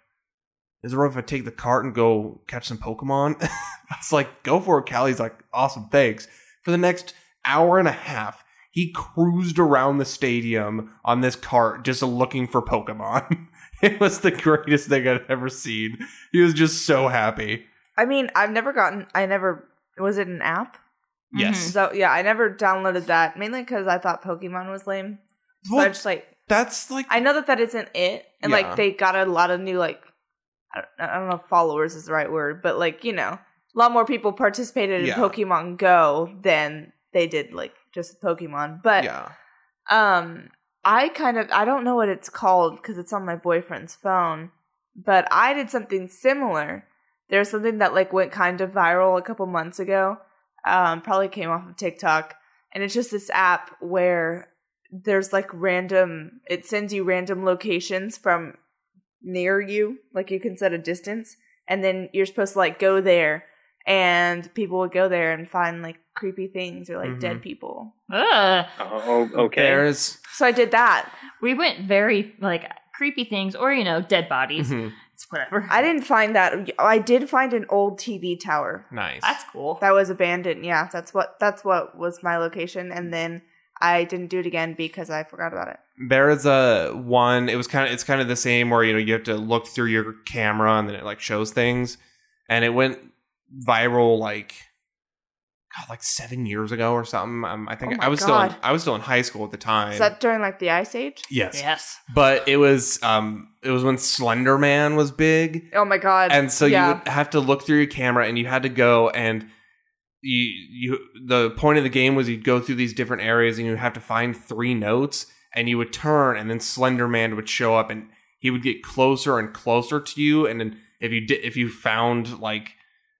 Speaker 1: is it all right if I take the cart and go catch some Pokemon I was like go for it Callie's like awesome thanks for the next hour and a half he cruised around the stadium on this cart just looking for Pokemon it was the greatest thing I'd ever seen he was just so happy
Speaker 4: I mean, I've never gotten. I never was it an app?
Speaker 1: yes
Speaker 4: So yeah, I never downloaded that mainly because I thought Pokemon was lame. So I
Speaker 1: Well,
Speaker 4: just like
Speaker 1: that's like
Speaker 4: I know that that isn't it, and
Speaker 1: Yeah.
Speaker 4: like they got a lot of new like I don't, I don't know if followers is the right word, but like you know, a lot more people participated in
Speaker 1: Yeah.
Speaker 4: Pokemon Go than they did like just Pokemon. But
Speaker 1: yeah
Speaker 4: um, I kind of I don't know what it's called because it's on my boyfriend's phone, but I did something similar. There's something that like went kind of viral a couple months ago. Um, probably came off of TikTok, and it's just this app where there's like random. It sends you random locations from near you, like you can set a distance, and then you're supposed to like go there, and people would go there and find like creepy things or like dead people.
Speaker 2: Ugh.
Speaker 3: Oh, okay.
Speaker 1: There's
Speaker 4: So I did that.
Speaker 2: We went very like creepy things, or you know, dead bodies.
Speaker 3: Mm-hmm.
Speaker 1: Mhm.
Speaker 4: Mm-hmm.
Speaker 2: It's whatever.
Speaker 4: I didn't find that. I did find an old TV tower
Speaker 1: nice.
Speaker 2: That's cool.
Speaker 4: that was abandoned. Yeah, that's what that's what was my location. And then I didn't do it again because I forgot about it.
Speaker 1: There is a uh, one. It was kind of it's kind of the same where you know you have to look through your camera and then it like shows things, and it went viral like God like seven years ago or something. Um, I think
Speaker 4: Oh my
Speaker 1: I was still in,
Speaker 4: God.
Speaker 1: I was still in high school at the time.
Speaker 4: Is that during like the Ice Age?
Speaker 1: yes,
Speaker 2: Yes.
Speaker 1: but it was um it was when Slender Man was big,
Speaker 4: Oh my god!
Speaker 1: and so
Speaker 4: yeah.
Speaker 1: you would have to look through your camera and you had to go and you you the point of the game was you'd go through these different areas and you'd have to find three notes and you would turn and then slender man would show up and he would get closer and closer to you and then if you did if you found like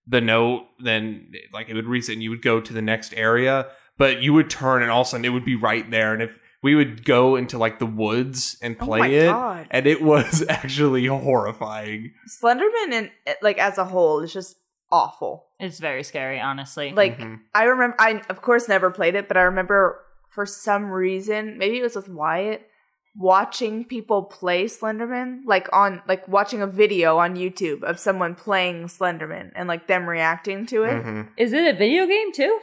Speaker 1: the note then like it would reset and you would go to the next area but you would turn and all of a sudden it would be right there and if we would go into like the woods and
Speaker 4: Oh
Speaker 1: play
Speaker 4: my
Speaker 1: it
Speaker 4: God.
Speaker 1: and it was actually horrifying
Speaker 4: Slenderman and like as a whole is just awful.
Speaker 2: It's very scary, honestly.
Speaker 4: Like
Speaker 1: Mhm.
Speaker 4: I remember, I of course never played it, but I remember for some reason, maybe it was with Wyatt, watching people play Slenderman, like on like watching a video on YouTube of someone playing Slenderman and like them reacting to it.
Speaker 1: Mhm.
Speaker 5: Is it a video game too?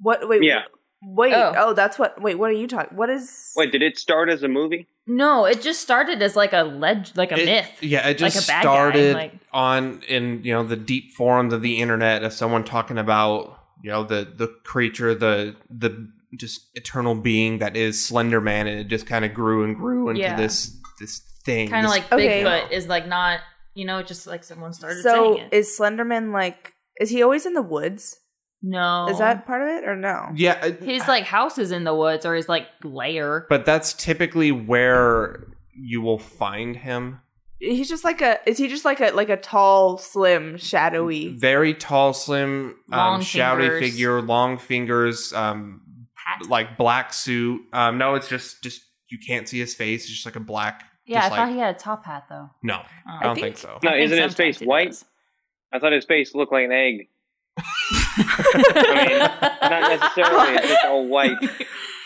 Speaker 4: What? Wait,
Speaker 3: Yeah.
Speaker 4: wait.
Speaker 5: Oh.
Speaker 4: Oh. that's what. Wait, what are you talking? What is?
Speaker 3: Wait, did it start as a movie?
Speaker 2: no, it just started as like a leg, like a
Speaker 1: It-
Speaker 2: myth.
Speaker 1: Yeah, it
Speaker 2: Like
Speaker 1: just
Speaker 2: a bad guy,
Speaker 1: started
Speaker 2: like-
Speaker 1: on in you know the deep forums of the internet of someone talking about you know the the creature, the the just eternal being that is Slender Man, and it just kind of grew and grew into
Speaker 2: Yeah.
Speaker 1: this this thing.
Speaker 2: Kind of
Speaker 1: this-
Speaker 2: like
Speaker 4: Okay.
Speaker 2: Bigfoot is like not, you know, just like someone started
Speaker 4: so
Speaker 2: saying it.
Speaker 4: is Slenderman like? Is he always in the woods?
Speaker 2: no,
Speaker 4: Is that part of it or no?
Speaker 1: yeah, I-
Speaker 2: his like house is in the woods or his like lair?
Speaker 1: but that's typically where you will find him.
Speaker 4: He's just like a. Is he just like a like a tall, slim, shadowy?
Speaker 1: Very tall, slim, um,
Speaker 2: Long
Speaker 1: shouty
Speaker 2: fingers.
Speaker 1: figure, long fingers, um,
Speaker 2: Hat.
Speaker 1: like black suit. Um, no, it's just just you can't see his face. It's just like a black.
Speaker 2: yeah, I
Speaker 1: just
Speaker 2: thought
Speaker 1: like-
Speaker 2: he had a top hat though.
Speaker 1: No,
Speaker 2: Oh.
Speaker 1: I don't think,
Speaker 4: think-
Speaker 1: so.
Speaker 3: No,
Speaker 2: I think
Speaker 3: isn't his
Speaker 2: sometimes
Speaker 3: face
Speaker 2: he
Speaker 3: white?
Speaker 2: does.
Speaker 3: I thought his face looked like an egg. Not necessarily. it's just all white.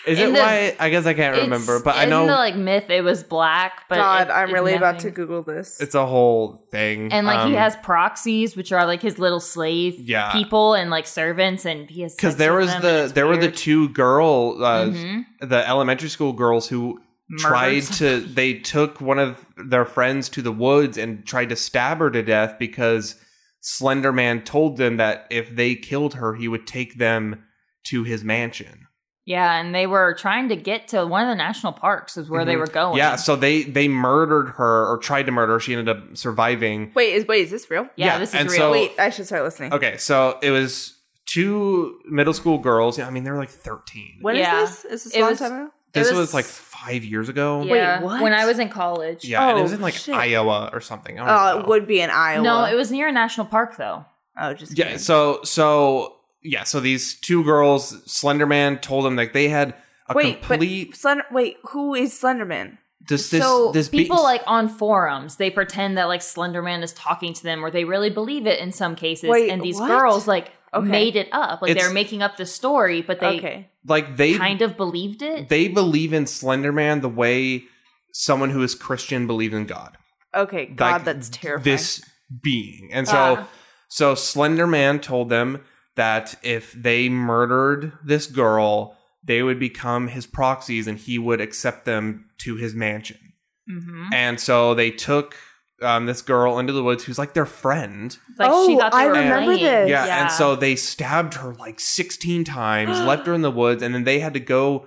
Speaker 1: Is
Speaker 2: in
Speaker 1: it
Speaker 2: the-
Speaker 1: white? I guess I can't
Speaker 2: It's-
Speaker 1: remember, but I
Speaker 2: in
Speaker 1: know
Speaker 2: the like myth it was black. But
Speaker 4: God,
Speaker 2: it-
Speaker 4: I'm
Speaker 2: it
Speaker 4: really about to
Speaker 2: nothing-
Speaker 4: Google this.
Speaker 1: it's a whole thing.
Speaker 2: And like he
Speaker 1: Um,
Speaker 2: has proxies, which are like his little slave
Speaker 1: Yeah.
Speaker 2: people and like servants, and he has
Speaker 1: because
Speaker 2: sex
Speaker 1: there
Speaker 2: with
Speaker 1: was
Speaker 2: them, and
Speaker 1: the
Speaker 2: it's
Speaker 1: there were the
Speaker 2: weird.
Speaker 1: two girl uh,
Speaker 2: Mhm.
Speaker 1: the elementary school girls who
Speaker 2: Murdered
Speaker 1: tried
Speaker 2: some-
Speaker 1: to they took one of their friends to the woods and tried to stab her to death because Slender Man told them that if they killed her, he would take them to his mansion.
Speaker 2: yeah, and they were trying to get to one of the national parks is where they
Speaker 1: Mhm.
Speaker 2: were
Speaker 4: Oh,
Speaker 2: going.
Speaker 1: Yeah, so they they murdered her or tried to murder. her. She ended up surviving.
Speaker 4: wait, is wait is this real?
Speaker 2: yeah,
Speaker 1: yeah,
Speaker 2: this is
Speaker 1: and
Speaker 2: real.
Speaker 1: so-
Speaker 4: wait, I should start listening.
Speaker 1: Oh. Okay, so it was two middle school girls. I mean, they were like thirteen.
Speaker 4: When is
Speaker 2: Yeah.
Speaker 4: this? Is this
Speaker 2: It
Speaker 4: a long
Speaker 2: was-
Speaker 4: time ago?
Speaker 1: this
Speaker 2: it
Speaker 1: was,
Speaker 2: was-
Speaker 1: like five years ago. Yeah,
Speaker 5: Yeah,
Speaker 4: what?
Speaker 5: When I was in college.
Speaker 1: and it
Speaker 4: Oh,
Speaker 1: was in like
Speaker 4: shit.
Speaker 1: Iowa or something. I don't
Speaker 4: Oh,
Speaker 1: know.
Speaker 4: it would be in Iowa.
Speaker 2: no, it was near a national park though.
Speaker 4: Oh, just
Speaker 1: Yeah.
Speaker 4: kidding.
Speaker 1: So so yeah. So these two girls, Slenderman told them like they had a
Speaker 4: wait,
Speaker 1: complete
Speaker 4: but Slender. Wait, who is Slenderman?
Speaker 1: this this
Speaker 2: so
Speaker 1: this
Speaker 2: people
Speaker 1: beast-
Speaker 2: like on forums, they pretend that like Slenderman is talking to them, or they really believe it in some cases.
Speaker 4: Wait,
Speaker 2: and these
Speaker 4: what?
Speaker 2: girls like
Speaker 4: Okay.
Speaker 2: made it up, like
Speaker 1: It's-
Speaker 2: they're making up the story, but they
Speaker 4: okay,
Speaker 1: like they
Speaker 2: kind of believed it.
Speaker 1: they believe in Slenderman the way someone who is Christian believes in God.
Speaker 4: okay, God,
Speaker 1: like,
Speaker 4: that's terrifying.
Speaker 1: This being. And so
Speaker 2: Ah.
Speaker 1: so Slender Man told them that if they murdered this girl, they would become his proxies and he would accept them to his mansion.
Speaker 2: hmm
Speaker 1: And so they took um, this girl into the woods who's like their friend.
Speaker 2: Like she
Speaker 4: Oh,
Speaker 2: thought they
Speaker 4: I
Speaker 2: were
Speaker 4: remember
Speaker 2: playing.
Speaker 4: this.
Speaker 1: Yeah, and so they stabbed her like 16 times, left her in the woods, and then they had to go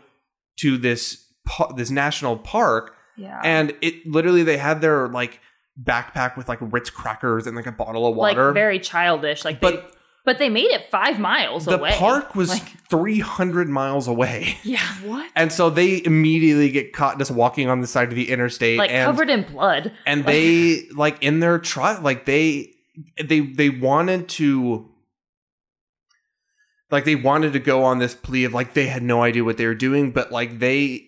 Speaker 1: to this pa- this national park
Speaker 2: yeah.
Speaker 1: and it literally they had their like backpack with like Ritz crackers and like a bottle of water.
Speaker 2: like very childish. Like, but
Speaker 1: but
Speaker 2: they, but they made it five miles
Speaker 1: the
Speaker 2: away.
Speaker 1: park was
Speaker 2: Like-
Speaker 1: 300 miles away.
Speaker 2: yeah,
Speaker 4: what?
Speaker 1: And so they immediately get caught just walking on the side of the interstate
Speaker 2: like
Speaker 1: and
Speaker 2: covered in blood.
Speaker 1: and they like in their trial like they they they wanted to like they wanted to go on this plea of like they had no idea what they were doing but like they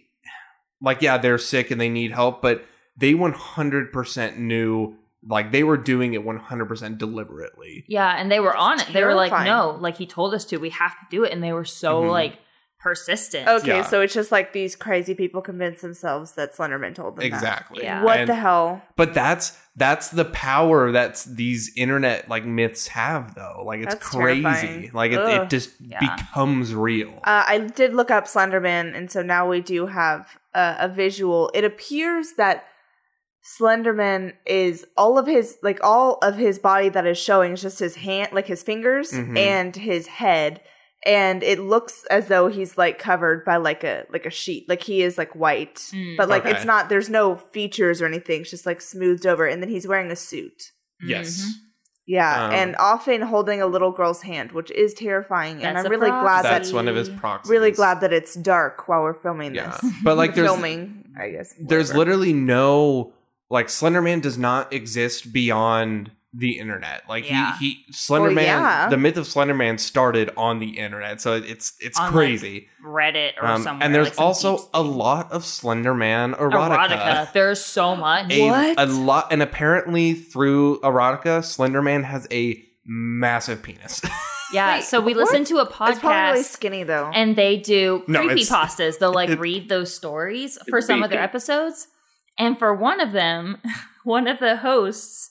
Speaker 1: like yeah they're sick and they need help but they 100% knew like they were doing it 100% deliberately
Speaker 2: Yeah, and they were on it. They were like,
Speaker 4: terrifying.
Speaker 2: no, like he told us to. We have to do it. And they were so
Speaker 1: Mhm.
Speaker 2: like persistent.
Speaker 4: Okay,
Speaker 1: Yeah.
Speaker 4: so it's just like these crazy people convince themselves that Slenderman told them that.
Speaker 1: Exactly.
Speaker 2: Yeah.
Speaker 4: What
Speaker 1: And-
Speaker 4: the hell?
Speaker 1: But that's that's the power that's these internet like myths have though. Like it's
Speaker 4: That's
Speaker 1: crazy.
Speaker 4: terrifying.
Speaker 1: Like it, it
Speaker 4: Ugh.
Speaker 1: just
Speaker 2: Yeah.
Speaker 1: becomes real.
Speaker 4: Uh, I did look up Slenderman, and so now we do have a, a visual. It appears that Slenderman is all of his like all of his body that is showing is just his hand, like his fingers
Speaker 1: Mhm.
Speaker 4: and his head, and it looks as though he's like covered by like a like a sheet, like he is like white,
Speaker 2: Mm.
Speaker 4: but like
Speaker 1: Okay.
Speaker 4: it's not. There's no features or anything. It's just like smoothed over, and then he's wearing a suit. mm-hmm.
Speaker 1: yes.
Speaker 4: Yeah,
Speaker 1: Um,
Speaker 4: and often holding a little girl's hand, which is terrifying. And
Speaker 2: That's
Speaker 4: I'm
Speaker 2: a
Speaker 4: really glad
Speaker 2: proxy.
Speaker 4: that
Speaker 1: That's one of his proxies.
Speaker 4: really glad that it's dark while we're filming
Speaker 1: Yeah.
Speaker 4: this.
Speaker 1: But like there's
Speaker 4: filming, I guess.
Speaker 1: there's
Speaker 4: whatever.
Speaker 1: literally no like Slenderman does not exist beyond the internet. Like
Speaker 2: Yeah.
Speaker 1: he he Slenderman
Speaker 4: yeah.
Speaker 1: the myth of Slenderman started on the internet. So it's it's
Speaker 2: On, like,
Speaker 1: crazy.
Speaker 2: Reddit or
Speaker 1: Um,
Speaker 2: somewhere.
Speaker 1: and there's
Speaker 2: like some
Speaker 1: also
Speaker 2: deep-
Speaker 1: a lot of Slenderman
Speaker 2: erotica.
Speaker 1: erotica.
Speaker 2: There's so much.
Speaker 1: a,
Speaker 4: What?
Speaker 1: a lot and apparently through erotica slenderman has a massive penis
Speaker 2: yeah.
Speaker 4: Wait,
Speaker 2: so we
Speaker 4: what?
Speaker 2: listened to a
Speaker 4: It's probably really
Speaker 2: podcast
Speaker 4: skinny though.
Speaker 2: and they do
Speaker 1: No,
Speaker 2: creepy
Speaker 1: it's-
Speaker 2: pastas. They'll like
Speaker 1: it-
Speaker 2: read those stories for some of their
Speaker 3: creepy.
Speaker 2: episodes. And for one of them, one of the hosts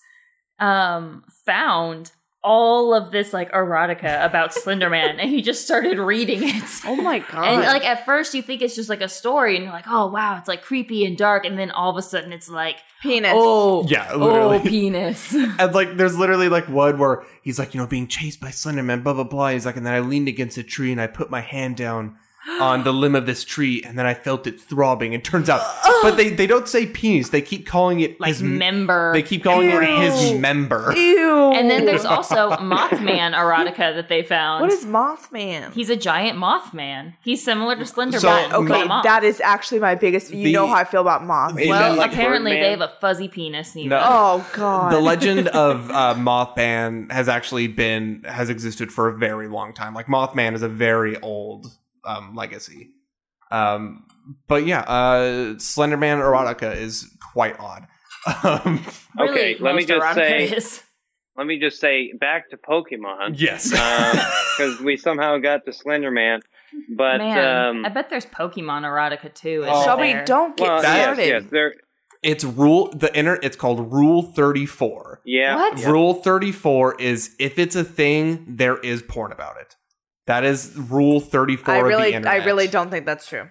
Speaker 2: um found all of this like erotica about Slenderman and he just started reading it.
Speaker 4: oh my god!
Speaker 2: And like at first you think it's just like a story and you're like, "Oh wow, it's like creepy and dark." And then all of a sudden it's like,
Speaker 4: penis.
Speaker 2: "Oh,
Speaker 1: yeah
Speaker 2: oh,
Speaker 1: literally
Speaker 2: penis."
Speaker 1: and like there's literally like one where he's like you know being chased by slenderman blah blah blah he's like and then i leaned against a tree and i put my hand down on the limb of this tree and then i felt it throbbing and turns out but they they don't say penis they keep calling it
Speaker 2: like
Speaker 1: his
Speaker 2: member.
Speaker 1: they keep calling it his
Speaker 4: Ew.
Speaker 1: member
Speaker 4: Ew.
Speaker 2: and then there's
Speaker 3: Oh.
Speaker 2: also Mothman erotica that they found.
Speaker 4: what is Mothman?
Speaker 2: He's a giant Mothman. He's similar to Slenderman.
Speaker 1: So,
Speaker 2: but
Speaker 1: okay,
Speaker 2: a moth.
Speaker 4: that is actually my biggest. You
Speaker 1: The-
Speaker 4: know how I feel about moths.
Speaker 3: Is
Speaker 2: well,
Speaker 3: that like
Speaker 2: apparently
Speaker 3: Birdman?
Speaker 2: they have a fuzzy penis. Neither.
Speaker 1: No.
Speaker 4: oh god!
Speaker 1: uh, the legend of uh, Mothman has actually been has existed for a very long time. Like Mothman is a very old um, legacy. Um, but yeah, uh, Slenderman erotica is quite odd. Um,
Speaker 2: Really,
Speaker 3: Okay, let me
Speaker 2: most
Speaker 3: just
Speaker 2: erotica
Speaker 3: say-
Speaker 2: is.
Speaker 3: Let me just say back to Pokemon
Speaker 1: yes,
Speaker 3: because we somehow got to Slender Man, but
Speaker 2: man,
Speaker 3: um,
Speaker 2: I bet there's Pokemon erotica too. isn't
Speaker 1: Oh.
Speaker 4: Shelby,
Speaker 2: there?
Speaker 4: don't get
Speaker 3: well, yes,
Speaker 4: started.
Speaker 3: yes, there,
Speaker 1: it's rule the inner. It's called Rule Thirty Four.
Speaker 3: yeah,
Speaker 2: What?
Speaker 1: Rule Thirty Four is if it's a thing, there is porn about it. That is Rule Thirty Four.
Speaker 4: I
Speaker 1: of
Speaker 4: really,
Speaker 1: the
Speaker 4: I
Speaker 1: internet.
Speaker 4: really don't think that's true.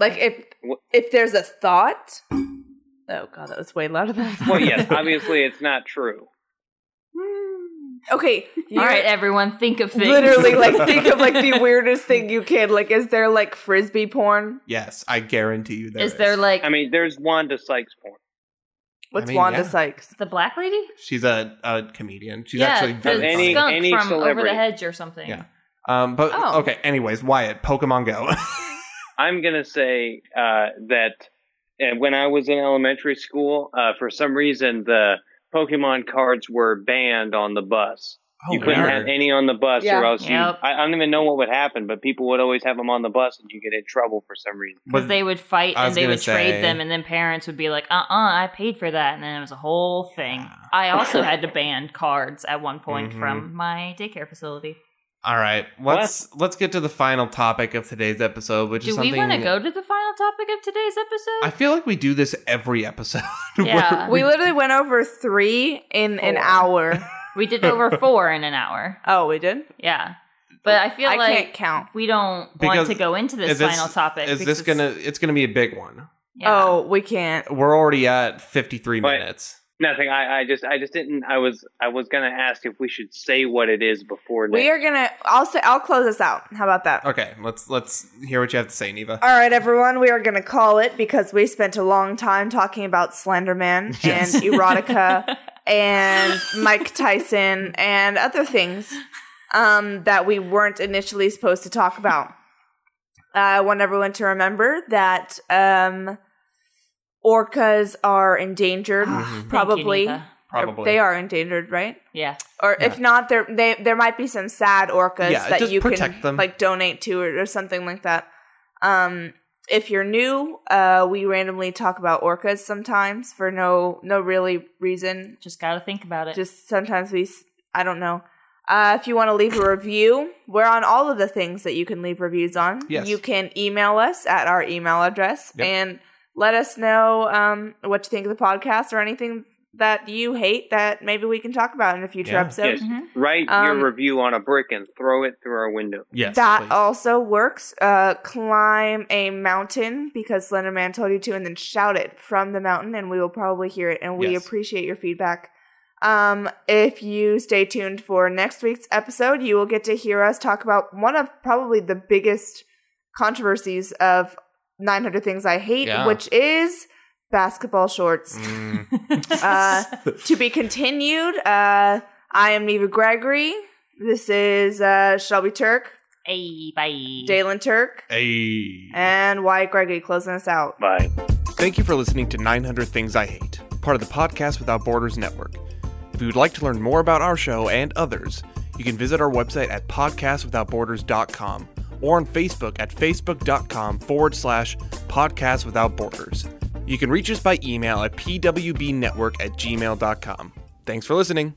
Speaker 4: Like if
Speaker 3: Wha-
Speaker 4: if there's a thought. Oh god, that was way louder than I thought.
Speaker 3: Well, yes, obviously it's not true.
Speaker 4: Okay,
Speaker 2: All
Speaker 4: you're-
Speaker 2: right, everyone, think of things.
Speaker 4: Literally, like think of like the weirdest thing you can. Like, is there like frisbee porn?
Speaker 1: Yes, I guarantee you. There
Speaker 2: is there like
Speaker 3: I mean, there's Wanda Sykes porn.
Speaker 4: What's
Speaker 1: mean,
Speaker 4: Wanda
Speaker 1: yeah.
Speaker 4: Sykes?
Speaker 2: the black lady?
Speaker 1: She's a, a comedian. She's
Speaker 2: yeah,
Speaker 1: actually
Speaker 2: the
Speaker 1: very
Speaker 3: Any-
Speaker 1: funny.
Speaker 2: skunk
Speaker 3: any
Speaker 2: from over the
Speaker 3: celebrity.
Speaker 2: hedge or something.
Speaker 1: Yeah. Um, but
Speaker 2: Oh.
Speaker 1: okay. Anyways, Wyatt, Pokemon Go.
Speaker 3: I'm gonna say uh, that uh, when I was in elementary school, uh, for some reason the Pokemon cards were banned on the bus.
Speaker 1: Oh,
Speaker 3: you couldn't have any on the bus,
Speaker 4: Yeah.
Speaker 3: or else
Speaker 2: Yep.
Speaker 3: you. I, I don't even know what would happen, but people would always have them on the bus, and you get in trouble for some reason.
Speaker 2: Because they would fight
Speaker 1: I was
Speaker 2: and they
Speaker 1: gonna
Speaker 2: would
Speaker 1: say-
Speaker 2: trade them, and then parents would be like, "Uh, uh I paid for that," and then it was a whole thing.
Speaker 1: Yeah.
Speaker 2: I also had to ban cards at one point
Speaker 1: Mhm.
Speaker 2: from my daycare facility.
Speaker 1: All right. Let's let's get to the final topic of today's episode, which is
Speaker 2: Do we
Speaker 1: something.
Speaker 2: want to go to the final topic of today's episode?
Speaker 1: I feel like we do this every episode.
Speaker 2: Yeah.
Speaker 4: We literally went over three in an
Speaker 2: Four.
Speaker 4: hour.
Speaker 2: we did over four in an hour.
Speaker 4: Oh, we did.
Speaker 2: Yeah, but I feel
Speaker 4: I
Speaker 2: like
Speaker 4: can't count.
Speaker 2: we don't
Speaker 1: Because
Speaker 2: want to go into
Speaker 1: is
Speaker 2: this,
Speaker 1: this-
Speaker 2: final topic.
Speaker 1: is
Speaker 2: because
Speaker 1: this gonna? It's gonna be a big one.
Speaker 2: yeah.
Speaker 4: Oh, we can't.
Speaker 1: We're already at fifty three
Speaker 3: Wait.
Speaker 1: minutes.
Speaker 3: Nothing. I, I just, I just didn't. I was, I was gonna ask if we should say what it is before.
Speaker 4: We
Speaker 3: next.
Speaker 4: are gonna. I'll say. I'll close us out. How about that?
Speaker 1: Okay. Let's let's hear what you have to say, Neva.
Speaker 4: All right, everyone. We are gonna call it because we spent a long time talking about Slenderman
Speaker 1: Yes.
Speaker 4: and erotica and Mike Tyson and other things um, that we weren't initially supposed to talk about. I want everyone to remember that um, orcas are endangered.
Speaker 1: Mhm.
Speaker 2: Thank you,
Speaker 4: Probably,
Speaker 2: Neva.
Speaker 1: Probably
Speaker 4: they are endangered, right?
Speaker 2: yeah.
Speaker 4: or if
Speaker 1: Yeah.
Speaker 4: not, there they, there might be some sad orcas
Speaker 1: Yeah,
Speaker 4: that
Speaker 1: just
Speaker 4: you can
Speaker 1: protect them.
Speaker 4: like donate to or, or something like that. Um, if you're new, uh, we randomly talk about orcas sometimes for no no really reason.
Speaker 2: Just gotta think about it.
Speaker 4: Just sometimes we s- I don't know. Uh, if you want to leave a review, we're on all of the things that you can leave reviews on.
Speaker 1: Yes.
Speaker 4: You can email us at our email address
Speaker 1: Yep.
Speaker 4: and let us know um, what you think of the podcast or anything that you hate that maybe we can talk about in a future
Speaker 1: Yeah.
Speaker 4: episode.
Speaker 3: Yes.
Speaker 2: Mm-hmm.
Speaker 3: Write
Speaker 4: Um,
Speaker 3: your review on a brick and throw it through our window.
Speaker 1: Yes.
Speaker 4: that
Speaker 1: please.
Speaker 4: also works. Uh, climb a mountain because Slender Man told you to, and then shout it from the mountain, and we will probably hear it. And we
Speaker 1: Yes.
Speaker 4: appreciate your feedback. Um, if you stay tuned for next week's episode, you will get to hear us talk about one of probably the biggest controversies of 900 Things I Hate,
Speaker 1: Yeah.
Speaker 4: which is basketball shorts.
Speaker 1: Mm.
Speaker 4: Uh, to be continued, uh, I am Neva Gregory. This is uh, Shelby Turk.
Speaker 2: Hey, bye.
Speaker 4: Dalen Turk
Speaker 1: Ayy.
Speaker 4: and Wyatt Gregory closing us out.
Speaker 3: Bye.
Speaker 1: Thank you for listening to 900 Things I Hate, part of the Podcast Without Borders Network. If you would like to learn more about our show and others, you can visit our website at podcastwithoutborders.com or on Facebook at facebook.com forward slash podcast without borders. You can reach us by email at pwbnetwork at gmail.com. Thanks for listening.